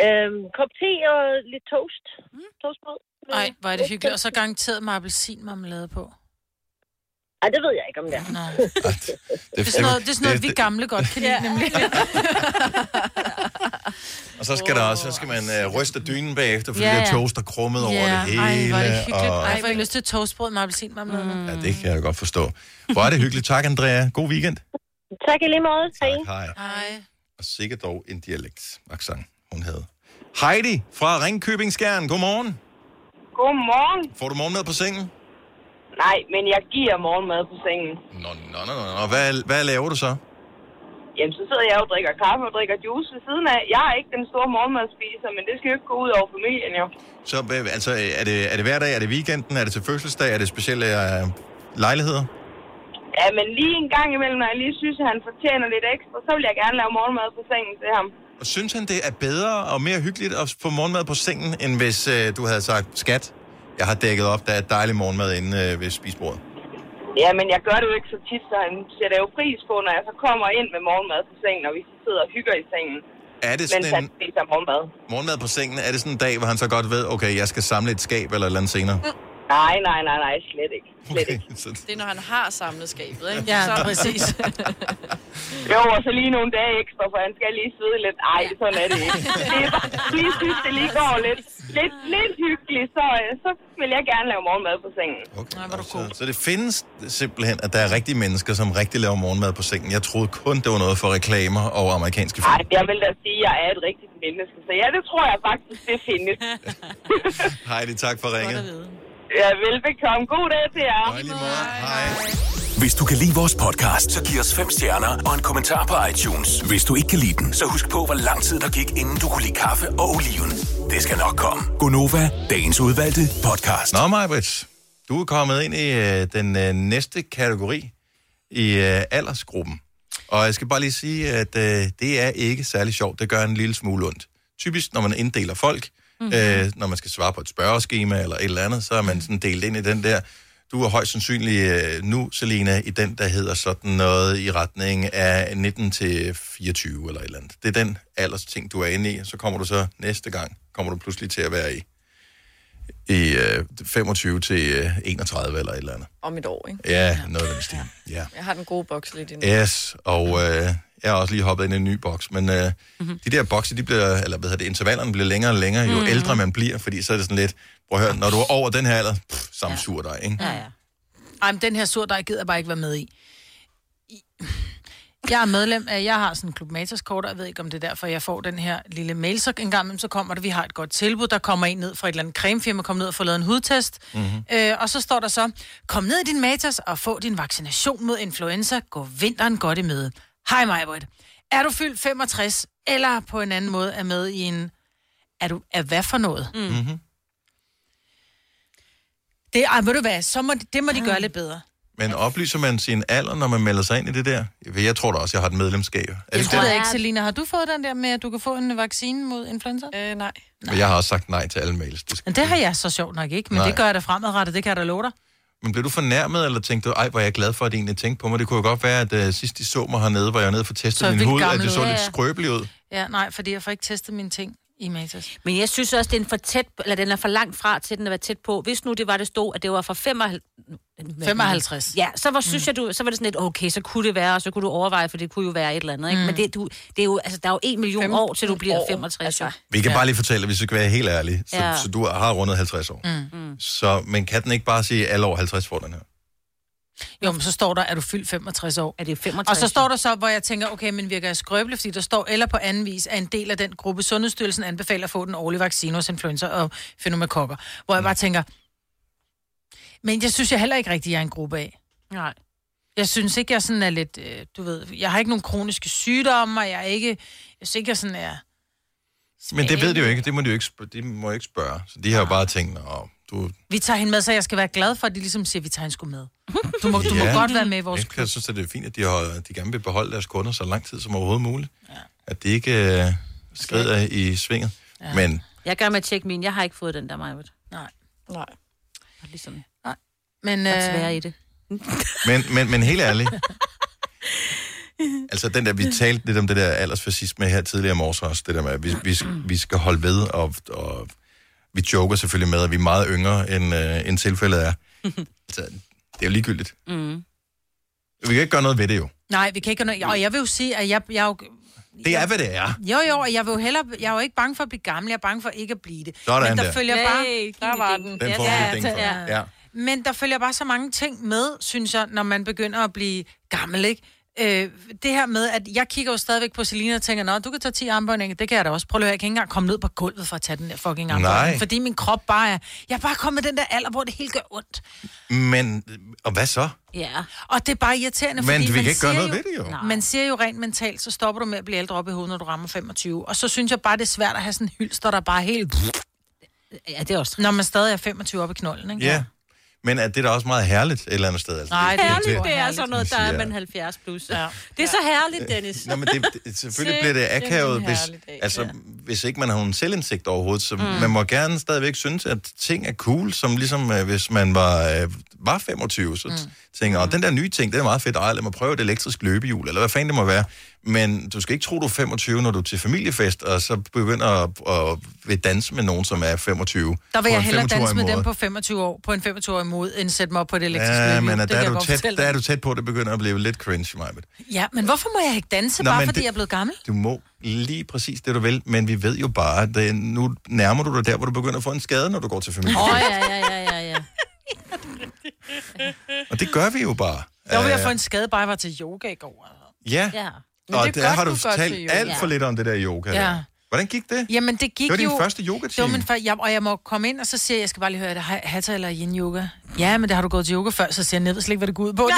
[SPEAKER 19] Øhm, kop te og lidt toast. Mm. Toastbrød.
[SPEAKER 2] [GASPS] [GASPS] Nej, hvor er det hyggeligt. Og så garanteret med appelsinmarmelade på.
[SPEAKER 19] Ej, det ved jeg ikke, om det er.
[SPEAKER 2] Nej. Det er sådan noget, det er sådan noget vi gamle godt kan lide,
[SPEAKER 17] [LAUGHS]
[SPEAKER 2] nemlig.
[SPEAKER 1] Og så skal, der også, så skal man øh, ryste dynen bagefter, fordi
[SPEAKER 2] Ja,
[SPEAKER 1] ja, ja.
[SPEAKER 2] ja.
[SPEAKER 1] der toast er krummet over
[SPEAKER 2] Ja,
[SPEAKER 1] det hele.
[SPEAKER 2] Ej, hvor er det hyggeligt.
[SPEAKER 1] og,
[SPEAKER 2] Ej, får jeg lyst til toastbrød med appelsinmarmelade. Mm.
[SPEAKER 1] ja, det kan jeg godt forstå. Hvor er det hyggeligt. Tak, Andrea. God weekend.
[SPEAKER 19] Tak i lige måde. Hej.
[SPEAKER 1] Hej.
[SPEAKER 2] Hej.
[SPEAKER 1] Og sikkert dog en dialekt, accent, hun havde. Heidi fra Ringkøbing Skjern. Godmorgen.
[SPEAKER 20] Godmorgen.
[SPEAKER 1] Får du morgenmad på sengen?
[SPEAKER 20] Nej, men jeg giver morgenmad på sengen.
[SPEAKER 1] Nå, nå, nå, nå. nå. Hvad, hvad laver du så?
[SPEAKER 20] Jamen, så sidder jeg og drikker kaffe og drikker juice ved siden af. Jeg er ikke den store morgenmadspiser, men det skal jo ikke gå ud over familien, jo.
[SPEAKER 1] Så øh, altså, øh, er, det, er det hverdag? Er det weekenden? Er det til fødselsdag? Er det specielle øh, lejligheder?
[SPEAKER 20] Ja, men lige en gang imellem, når jeg lige synes, at han fortjener lidt ekstra, så vil jeg gerne lave morgenmad på sengen til ham.
[SPEAKER 1] Og synes han, det er bedre og mere hyggeligt at få morgenmad på sengen, end hvis øh, du havde sagt, skat, jeg har dækket op, der er dejlig morgenmad inde øh, ved spisebordet?
[SPEAKER 20] Ja, men jeg gør det jo ikke så tit, så han sætter jo pris på, når jeg så kommer ind med morgenmad på sengen, og vi så sidder og hygger i sengen.
[SPEAKER 1] Er det
[SPEAKER 20] mens
[SPEAKER 1] sådan
[SPEAKER 20] han
[SPEAKER 1] en-
[SPEAKER 20] spiser morgenmad.
[SPEAKER 1] Morgenmad på sengen, er det sådan en dag, hvor han så godt ved, okay, jeg skal samle et skab eller et eller andet senere?
[SPEAKER 20] Nej, nej, nej, nej, slet ikke.
[SPEAKER 1] Mm, Slet ikke. [LAUGHS] Så
[SPEAKER 4] Det er, når han har samlet skabet, ikke?
[SPEAKER 20] Ja,
[SPEAKER 4] så...
[SPEAKER 20] præcis. Jo, og så lige nogle dage ekstra, for han skal lige svede lidt. Ej, sådan er det
[SPEAKER 1] [LAUGHS]
[SPEAKER 20] ikke. Det er bare, lige synes, det lige går lidt, lidt, lidt hyggeligt, så, øh, så vil jeg gerne lave morgenmad på sengen.
[SPEAKER 1] Okay, Nej, så, så det findes simpelthen, at der er rigtige mennesker, som rigtig laver morgenmad på sengen. Jeg troede kun, det var noget for reklamer og amerikanske film.
[SPEAKER 20] Ej, jeg vil da sige, at jeg er et rigtigt menneske, så ja, det tror jeg faktisk, det findes.
[SPEAKER 1] [LAUGHS] Heidi, tak for ringet.
[SPEAKER 20] Ja, velbekomme. God dag til jer.
[SPEAKER 21] Hvis du kan lide vores podcast, så giv os fem stjerner og en kommentar på iTunes. Hvis du ikke kan lide den, så husk på, hvor lang tid der gik, inden du kunne lide kaffe og oliven. Det skal nok komme.
[SPEAKER 1] Gonova, dagens udvalgte podcast. Nå, Majbrits, du er kommet ind i øh, den øh, næste kategori i øh, aldersgruppen. Og jeg skal bare lige sige, at øh, det er ikke særlig sjovt. Det gør en lille smule ondt. Typisk, når man inddeler folk, mm-hmm. øh, når man skal svare på et spørgeskema eller et eller andet, så er man sådan delt ind i den der. Du er højst sandsynlig øh, nu, Selina, i den, der hedder sådan noget i retning af 19 til 24 eller et eller andet. Det er den aldersting, du er inde i. Så kommer du så næste gang, kommer du pludselig til at være i i øh, 25 til øh, 31 eller et eller andet.
[SPEAKER 4] Om et år, ikke?
[SPEAKER 1] Ja, noget af den stil. Ja.
[SPEAKER 4] Jeg har den gode boks lidt endnu.
[SPEAKER 1] Yes, og øh, jeg har også lige hoppet ind i en ny boks, men øh,
[SPEAKER 2] Mhm.
[SPEAKER 1] mm-hmm. de der bokse, de bliver, eller hvad hedder det, intervallerne bliver længere og længere, jo mm-hmm. ældre man bliver, fordi så er det sådan lidt, prøv at høre, når du er over den her alder, pff, samme ja. sur dig, ikke?
[SPEAKER 2] Ja, ja. Ej, men den her surdej gider jeg bare ikke være med i. Jeg er medlem af, jeg har sådan en klubmaterskort, og jeg ved ikke, om det er derfor, jeg får den her lille mail, så en gang imellem, så kommer det, vi har et godt tilbud, der kommer en ned fra et eller andet cremefirma, kommer ned og får lavet en hudtest,
[SPEAKER 7] Mhm.
[SPEAKER 2] øh, og så står der så, kom ned i din matas og få din vaccination mod influenza, gå vinteren godt i møde. Hej Majbrit, er du fyldt 65, eller på en anden måde er med i en, er du, er hvad for noget? Mm.
[SPEAKER 1] Mm-hmm.
[SPEAKER 2] Det, ej, ved du hvad, så må, det må de gøre lidt bedre.
[SPEAKER 1] Men oplyser man sin alder, når man melder sig ind i det der? For Jeg tror da også, jeg har et medlemskab. Er det
[SPEAKER 2] Jeg
[SPEAKER 1] ikke
[SPEAKER 2] tror
[SPEAKER 1] det?
[SPEAKER 2] jeg ikke, Selina. Har du fået den der med, at du kan få en vaccine mod influenza?
[SPEAKER 4] Øh, nej.
[SPEAKER 1] Men jeg har også sagt nej til alle mails. Det skal...
[SPEAKER 2] Men det har jeg så sjovt nok ikke, men
[SPEAKER 1] Nej.
[SPEAKER 2] nej. det gør jeg da fremadrettet, det kan jeg da love dig.
[SPEAKER 1] Men blev du fornærmet, eller tænkte du, ej, hvor er jeg glad for, at de egentlig tænkte på mig? Det kunne jo godt være, at uh, sidst de så mig hernede, hvor jeg var nede for
[SPEAKER 2] Så
[SPEAKER 1] testet min
[SPEAKER 2] vildt
[SPEAKER 1] hud, at
[SPEAKER 2] gammel
[SPEAKER 1] det så
[SPEAKER 2] ud.
[SPEAKER 1] lidt
[SPEAKER 2] Ja, ja.
[SPEAKER 1] skrøbeligt ud.
[SPEAKER 2] Ja, nej, fordi jeg får ikke testet mine ting i Matas.
[SPEAKER 17] Men jeg synes også, det er en for tæt, eller den er for langt fra til, at den er tæt på. Hvis nu det var, det stod, at det var fra 55...
[SPEAKER 2] 55.
[SPEAKER 17] Ja, så var, synes jeg, du, så var det sådan lidt, okay, så kunne det være, og så kunne du overveje, for det kunne jo være et eller andet. Ikke?
[SPEAKER 2] Mm.
[SPEAKER 17] Men det, du, det er jo, altså, der er jo en million år, til du bliver 65. Altså.
[SPEAKER 1] Vi kan ja. bare lige fortælle, hvis vi skal være helt ærlige, så, ja.
[SPEAKER 17] Ja.
[SPEAKER 1] så du har rundet 50 år.
[SPEAKER 2] Mm.
[SPEAKER 1] Så, men kan den ikke bare sige, at alle over 50 får den her?
[SPEAKER 2] Jo, men så står der, er du fyldt 65 år?
[SPEAKER 17] Er det 65?
[SPEAKER 2] Og så står der så, hvor jeg tænker, okay, men virker jeg skrøbelig, fordi der står, eller på anden vis, er en del af den gruppe, Sundhedsstyrelsen anbefaler at få den årlige vaccine hos influenza og fænomekokker. Hvor jeg bare tænker, men jeg synes jeg heller ikke rigtig, jeg er en gruppe af.
[SPEAKER 17] Nej.
[SPEAKER 2] Jeg synes ikke, jeg sådan er lidt, øh, du ved, jeg har ikke nogen kroniske sygdomme, og jeg er ikke, jeg synes ikke, jeg sådan er...
[SPEAKER 1] Men det ved de jo ikke, det må de jo ikke, sp- de må jo ikke spørge. Så de har jo bare tænkt, åh, du,
[SPEAKER 2] Vi tager hende med, så jeg skal være glad for, at de ligesom siger, vi tager hende sgu med. Du må, du må
[SPEAKER 1] [LAUGHS] Ja.
[SPEAKER 2] godt være med i vores...
[SPEAKER 1] jeg kan- synes, at det er fint, at de, har, de gerne vil beholde deres kunder så lang tid som overhovedet muligt. Ja. At de ikke øh, skrider i svinget. Ja. Men
[SPEAKER 17] Jeg gør med at tjekke min. Jeg har ikke fået den der, Majbert.
[SPEAKER 2] Nej.
[SPEAKER 4] Nej.
[SPEAKER 17] Ligesom,
[SPEAKER 2] Nej. Men...
[SPEAKER 17] Øh...
[SPEAKER 2] øh,
[SPEAKER 17] svære i det.
[SPEAKER 1] Men, men, men helt ærligt. altså den der, vi talte lidt om det der aldersfascisme her tidligere om års også, det der med, at vi, vi, vi skal holde ved, og, og vi joker selvfølgelig med, at vi er meget yngre, end, øh, end tilfældet er. Altså, det er jo ligegyldigt.
[SPEAKER 2] Mm.
[SPEAKER 1] Vi kan ikke gøre noget ved det jo.
[SPEAKER 2] Nej, vi kan ikke... gøre noget- Og jeg vil jo sige, at jeg, jeg er jo...
[SPEAKER 1] Det er, hvad det er.
[SPEAKER 2] Jo, jo, og jeg, vil jo hellere, jeg er jo ikke bange for at blive gammel, jeg er bange for ikke at blive det.
[SPEAKER 1] Sådan
[SPEAKER 2] Men der,
[SPEAKER 1] der.
[SPEAKER 2] følger bare...
[SPEAKER 4] der var den.
[SPEAKER 1] Den får vi
[SPEAKER 2] altså,
[SPEAKER 4] altså
[SPEAKER 1] ting for. Ja.
[SPEAKER 2] Men der følger bare så mange ting med, synes jeg, når man begynder at blive gammel, ikke? Øh, det her med, at jeg kigger jo stadigvæk på Selina og tænker, nå, du kan tage 10 armbøjninger, det kan jeg da også. Prøv at høre, jeg kan ikke engang komme ned på gulvet for at tage den der fucking
[SPEAKER 1] Nej.
[SPEAKER 2] armbøjning, fordi min krop bare er, jeg er bare kommet i den der alder, hvor det hele gør ondt.
[SPEAKER 1] Men, og hvad så?
[SPEAKER 17] Ja.
[SPEAKER 2] Og det er bare irriterende,
[SPEAKER 1] Men
[SPEAKER 2] fordi
[SPEAKER 1] vi
[SPEAKER 2] man
[SPEAKER 1] kan ikke
[SPEAKER 2] siger
[SPEAKER 1] gøre noget ved det, jo. Nej.
[SPEAKER 2] Man siger jo rent mentalt, så stopper du med at blive ældre op i hovedet, når du rammer 25. Og så synes jeg bare, det er svært at have sådan en hylster, der bare er helt...
[SPEAKER 17] Ja, det er også
[SPEAKER 2] Når man stadig er 25 op i knolden, ikke?
[SPEAKER 1] Ja. Men at det er da også meget herligt et eller andet sted. Altså,
[SPEAKER 17] Nej, det,
[SPEAKER 1] er
[SPEAKER 17] herligt, det er
[SPEAKER 1] irriterende.
[SPEAKER 17] sådan noget, der er
[SPEAKER 1] Ja.
[SPEAKER 17] man 70 plus. Ja. Det er så herligt, Dennis.
[SPEAKER 1] [LAUGHS] Nå, men det, det, selvfølgelig bliver det akavet, hvis, altså, hvis ikke man har en selvindsigt overhovedet. Så mm. man må gerne stadigvæk synes, at ting er cool, som ligesom øh, hvis man var, øh, var 25, så mm. tænker jeg, den der nye ting, det er meget fedt, ej, lad mig prøve et elektrisk løbehjul, eller hvad fanden det må være. Men du skal ikke tro, du er 25, når du er til familiefest, og så begynder at, at vil danse med nogen, som er 25.
[SPEAKER 2] Der vil
[SPEAKER 1] på
[SPEAKER 2] jeg
[SPEAKER 1] en
[SPEAKER 2] hellere
[SPEAKER 1] 25-årig
[SPEAKER 2] danse med
[SPEAKER 1] måde.
[SPEAKER 2] dem på 25 år, på en 25-årig mod, end sætte mig op på et elektrisk
[SPEAKER 1] Ja,
[SPEAKER 2] løbehjul.
[SPEAKER 1] men
[SPEAKER 2] Det
[SPEAKER 1] der
[SPEAKER 2] kan
[SPEAKER 1] er,
[SPEAKER 2] jeg
[SPEAKER 1] du
[SPEAKER 2] godt
[SPEAKER 1] tæt,
[SPEAKER 2] fortælle
[SPEAKER 1] der
[SPEAKER 2] dig.
[SPEAKER 1] er du tæt på, at det begynder at blive lidt cringe, Majbet.
[SPEAKER 2] Ja, men hvorfor må jeg ikke danse,
[SPEAKER 1] Nå,
[SPEAKER 2] bare
[SPEAKER 1] men
[SPEAKER 2] fordi
[SPEAKER 1] det-
[SPEAKER 2] jeg er blevet gammel?
[SPEAKER 1] Du må lige præcis det, du vil, men vi ved jo bare, at det, nu nærmer du dig der, hvor du begynder at få en skade, når du går til familie.
[SPEAKER 17] Åh, oh, ja, ja, ja, ja, ja.
[SPEAKER 1] Og det gør vi jo bare.
[SPEAKER 2] Jeg var ved
[SPEAKER 1] Øh,
[SPEAKER 2] at få en skade, bare jeg var til yoga i går.
[SPEAKER 1] Ja,
[SPEAKER 2] Ja. Men
[SPEAKER 1] og
[SPEAKER 2] det
[SPEAKER 1] der
[SPEAKER 2] gør
[SPEAKER 1] har
[SPEAKER 2] du
[SPEAKER 1] du
[SPEAKER 2] godt til
[SPEAKER 1] fortalt
[SPEAKER 2] yoga.
[SPEAKER 1] alt for
[SPEAKER 2] Ja.
[SPEAKER 1] lidt om det der yoga.
[SPEAKER 2] Ja.
[SPEAKER 1] der. Hvordan gik det?
[SPEAKER 2] Jamen, det gik
[SPEAKER 1] Det var din
[SPEAKER 2] jo...
[SPEAKER 1] første yogatime.
[SPEAKER 2] Det var min før, jeg, og jeg må komme ind, og så siger jeg, jeg skal bare lige høre, er det ha- hatha eller yin yoga? Ja, men det har du gået til yoga før, så siger jeg, jeg ved slet ikke, hvad det går ud på.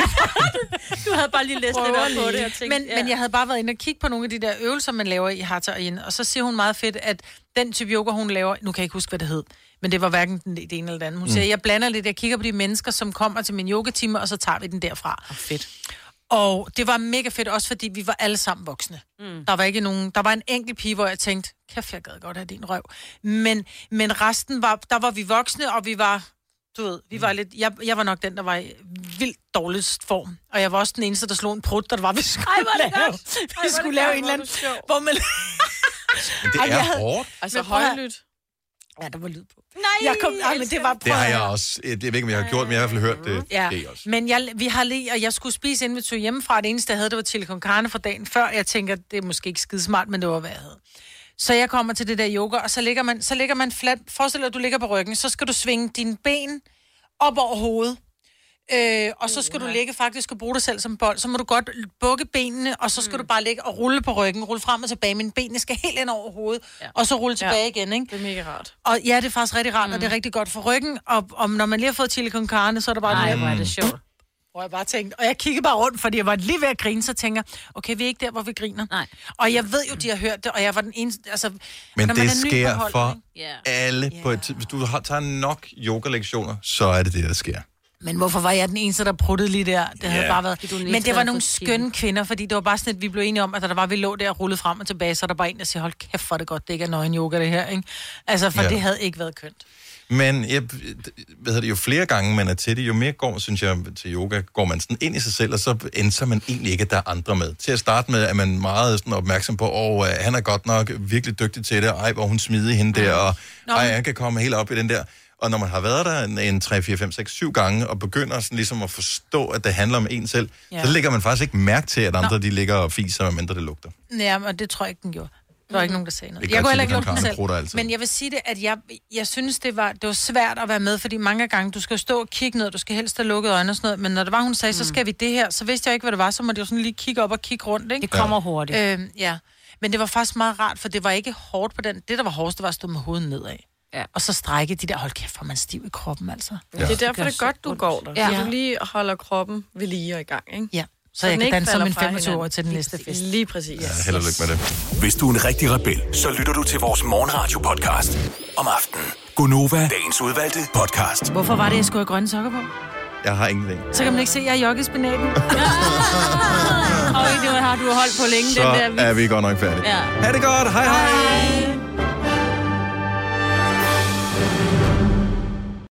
[SPEAKER 17] Du havde bare lige læst lidt op på det. Jeg tænkte,
[SPEAKER 2] men, ja. men jeg havde bare været inde og kigge på nogle af de der øvelser, man laver i Hatha og Yin, og så siger hun meget fedt, at den type yoga, hun laver, nu kan jeg ikke huske, hvad det hed, men det var hverken den det ene eller det andet. Hun
[SPEAKER 17] Mm.
[SPEAKER 2] mm. siger, jeg blander lidt, jeg kigger på de mennesker, som kommer til min yogatime, og så tager vi den derfra. Oh, fedt. Og det var mega fedt, også fordi vi var alle sammen voksne. Mm. Der var ikke nogen, der var en enkelt pige, hvor jeg tænkte, kæft, jeg gad godt have din røv. Men, men resten var, der var vi voksne, og vi var, du ved, vi
[SPEAKER 17] Mm.
[SPEAKER 2] var lidt, jeg, jeg var nok den, der var i vildt dårligst form. Og jeg var også den eneste, der slog en prut, da det var, vi skulle
[SPEAKER 17] Ej, hvor er det
[SPEAKER 2] lave,
[SPEAKER 17] godt. Ej, hvor er
[SPEAKER 2] vi
[SPEAKER 17] det
[SPEAKER 2] skulle lave
[SPEAKER 17] godt,
[SPEAKER 2] en eller
[SPEAKER 17] hvor er
[SPEAKER 2] anden,
[SPEAKER 17] du sjov.
[SPEAKER 2] hvor man...
[SPEAKER 1] Men det
[SPEAKER 2] Ej,
[SPEAKER 1] er
[SPEAKER 2] jeg havde-
[SPEAKER 1] hårdt.
[SPEAKER 4] Altså
[SPEAKER 2] Men prøv at høre.
[SPEAKER 4] højlydt.
[SPEAKER 2] Ja, der var lyd på.
[SPEAKER 17] Nej,
[SPEAKER 2] jeg kom, ej, men det var,
[SPEAKER 1] Det
[SPEAKER 2] prøv
[SPEAKER 1] har
[SPEAKER 2] at
[SPEAKER 1] jeg
[SPEAKER 2] høre.
[SPEAKER 1] også. Jeg ved ikke, om jeg har gjort, men jeg har i hvert fald hørt det.
[SPEAKER 2] Ja,
[SPEAKER 1] det også.
[SPEAKER 2] men jeg, vi har lige, og jeg skulle spise inden vi tog hjemmefra. Det eneste, jeg havde, det var chili con carne fra dagen før. Jeg tænker, det er måske ikke skide smart, men det var, hvad jeg havde. Så jeg kommer til det der yoga, og så ligger man, så ligger man flat. Forestil dig, at du ligger på ryggen, så skal du svinge dine ben op over hovedet. Øh, og så skal du ligge faktisk og bruge dig selv som bold. Så må du godt bukke benene, og så skal mm. du bare ligge og rulle på ryggen. Rulle frem og tilbage, men benene skal helt ind over hovedet. Ja. Og så rulle tilbage ja. igen, ikke?
[SPEAKER 4] Det er mega rart.
[SPEAKER 2] Og ja, det er faktisk rigtig rart, mm. og det er rigtig godt for ryggen. Og, og når man lige har fået chili con carne, så er det bare... den
[SPEAKER 17] Nej,
[SPEAKER 2] her-
[SPEAKER 17] hvor er det sjovt.
[SPEAKER 2] Hvor jeg bare tænkte, og jeg kiggede bare rundt, fordi jeg var lige ved at grine, så tænker jeg, okay, vi er ikke der, hvor vi griner.
[SPEAKER 17] Nej.
[SPEAKER 2] Og jeg ved jo, de har hørt det, og jeg var den eneste, altså...
[SPEAKER 1] Men
[SPEAKER 2] når man
[SPEAKER 1] det
[SPEAKER 2] er ny på
[SPEAKER 1] sker
[SPEAKER 2] holdet,
[SPEAKER 1] for
[SPEAKER 2] ikke?
[SPEAKER 1] alle på et tid. Hvis du har, tager nok yoga-lektioner, så er det det, der sker.
[SPEAKER 2] Men hvorfor var jeg den eneste, der pruttede lige der? Det havde
[SPEAKER 1] Ja.
[SPEAKER 2] bare været...
[SPEAKER 17] Fordi du er den
[SPEAKER 2] Men
[SPEAKER 17] eneste,
[SPEAKER 2] det
[SPEAKER 17] der
[SPEAKER 2] var
[SPEAKER 17] havde
[SPEAKER 2] nogle
[SPEAKER 17] fået skiven.
[SPEAKER 2] skønne kvinder, fordi det var bare sådan, at vi blev enige om, at da der var, vi lå der og rullede frem og tilbage, så er der bare en, der siger, hold kæft, hvor er det godt, det ikke er nøgen yoga, det her, ikke? Altså, for
[SPEAKER 1] Ja.
[SPEAKER 2] ja. det havde ikke været kønt.
[SPEAKER 1] Men jeg, hvad hedder det, jo flere gange man er til det, jo mere går, synes jeg, til yoga, går man sådan ind i sig selv, og så ændrer man egentlig ikke, at der er andre med. Til at starte med er man meget sådan opmærksom på, åh, øh, han er godt nok virkelig dygtig til det, ej, hvor hun smidig hende der, og
[SPEAKER 2] Nå,
[SPEAKER 1] ej,
[SPEAKER 2] men-
[SPEAKER 1] han kan komme helt op i den der. Og når man har været der en, en 3, 4, 5, 6, 7 gange, og begynder sådan ligesom at forstå, at det handler om en selv,
[SPEAKER 2] Ja.
[SPEAKER 1] ja. så lægger man faktisk ikke mærke til, at andre de ligger og fiser, medmindre det lugter.
[SPEAKER 2] Ja, men det tror jeg ikke, den gjorde. Der var ikke nogen, der sagde
[SPEAKER 1] Det
[SPEAKER 2] noget.
[SPEAKER 1] er
[SPEAKER 2] Jeg kunne
[SPEAKER 1] godt,
[SPEAKER 2] heller ikke
[SPEAKER 1] Silicon
[SPEAKER 2] lukke den
[SPEAKER 1] Carmen
[SPEAKER 2] selv.
[SPEAKER 1] prutter altid.
[SPEAKER 2] Men jeg vil sige det, at jeg, jeg synes, det var, det var svært at være med, fordi mange gange, du skal jo stå og kigge ned, du skal helst have lukket øjnene og sådan noget, men når det var, hun sagde, mm. så skal vi det her, så vidste jeg ikke, hvad det var, så måtte jeg jo sådan lige kigge op og kigge rundt, ikke?
[SPEAKER 17] Det kommer Ja. hurtigt.
[SPEAKER 2] Øhm, ja. Men det var faktisk meget rart, for det var ikke hårdt på den. Det, der var hårdest, det var at stå med hovedet nedad.
[SPEAKER 17] Ja.
[SPEAKER 2] Og så strække de der, hold kæft, hvor er man stiv i kroppen, altså.
[SPEAKER 4] Ja. Det er derfor, det er godt, du går der.
[SPEAKER 2] Ja.
[SPEAKER 4] Ja. Så du lige holder kroppen ved lige og i gang, ikke?
[SPEAKER 2] Ja. Så, jeg
[SPEAKER 4] den
[SPEAKER 2] kan
[SPEAKER 4] ikke
[SPEAKER 2] danse som
[SPEAKER 4] falder
[SPEAKER 2] en
[SPEAKER 4] fra hinanden.
[SPEAKER 2] 25-årig til den næste fest.
[SPEAKER 4] Lige præcis.
[SPEAKER 1] Ja, held og lykke med det.
[SPEAKER 21] Hvis du er en rigtig rebel, så lytter du til vores morgenradio-podcast om aftenen. Gunova, dagens udvalgte podcast.
[SPEAKER 2] Hvorfor var det, jeg skulle have grønne sokker på?
[SPEAKER 1] Jeg har ingenting.
[SPEAKER 2] Så kan man ikke se, at jeg er jogget i spinaten.
[SPEAKER 17] Og det har du holdt på længe,
[SPEAKER 1] Så
[SPEAKER 17] den der
[SPEAKER 1] er vi godt nok færdige.
[SPEAKER 17] Ja.
[SPEAKER 1] Ha' det godt. Hej hej.
[SPEAKER 17] hej.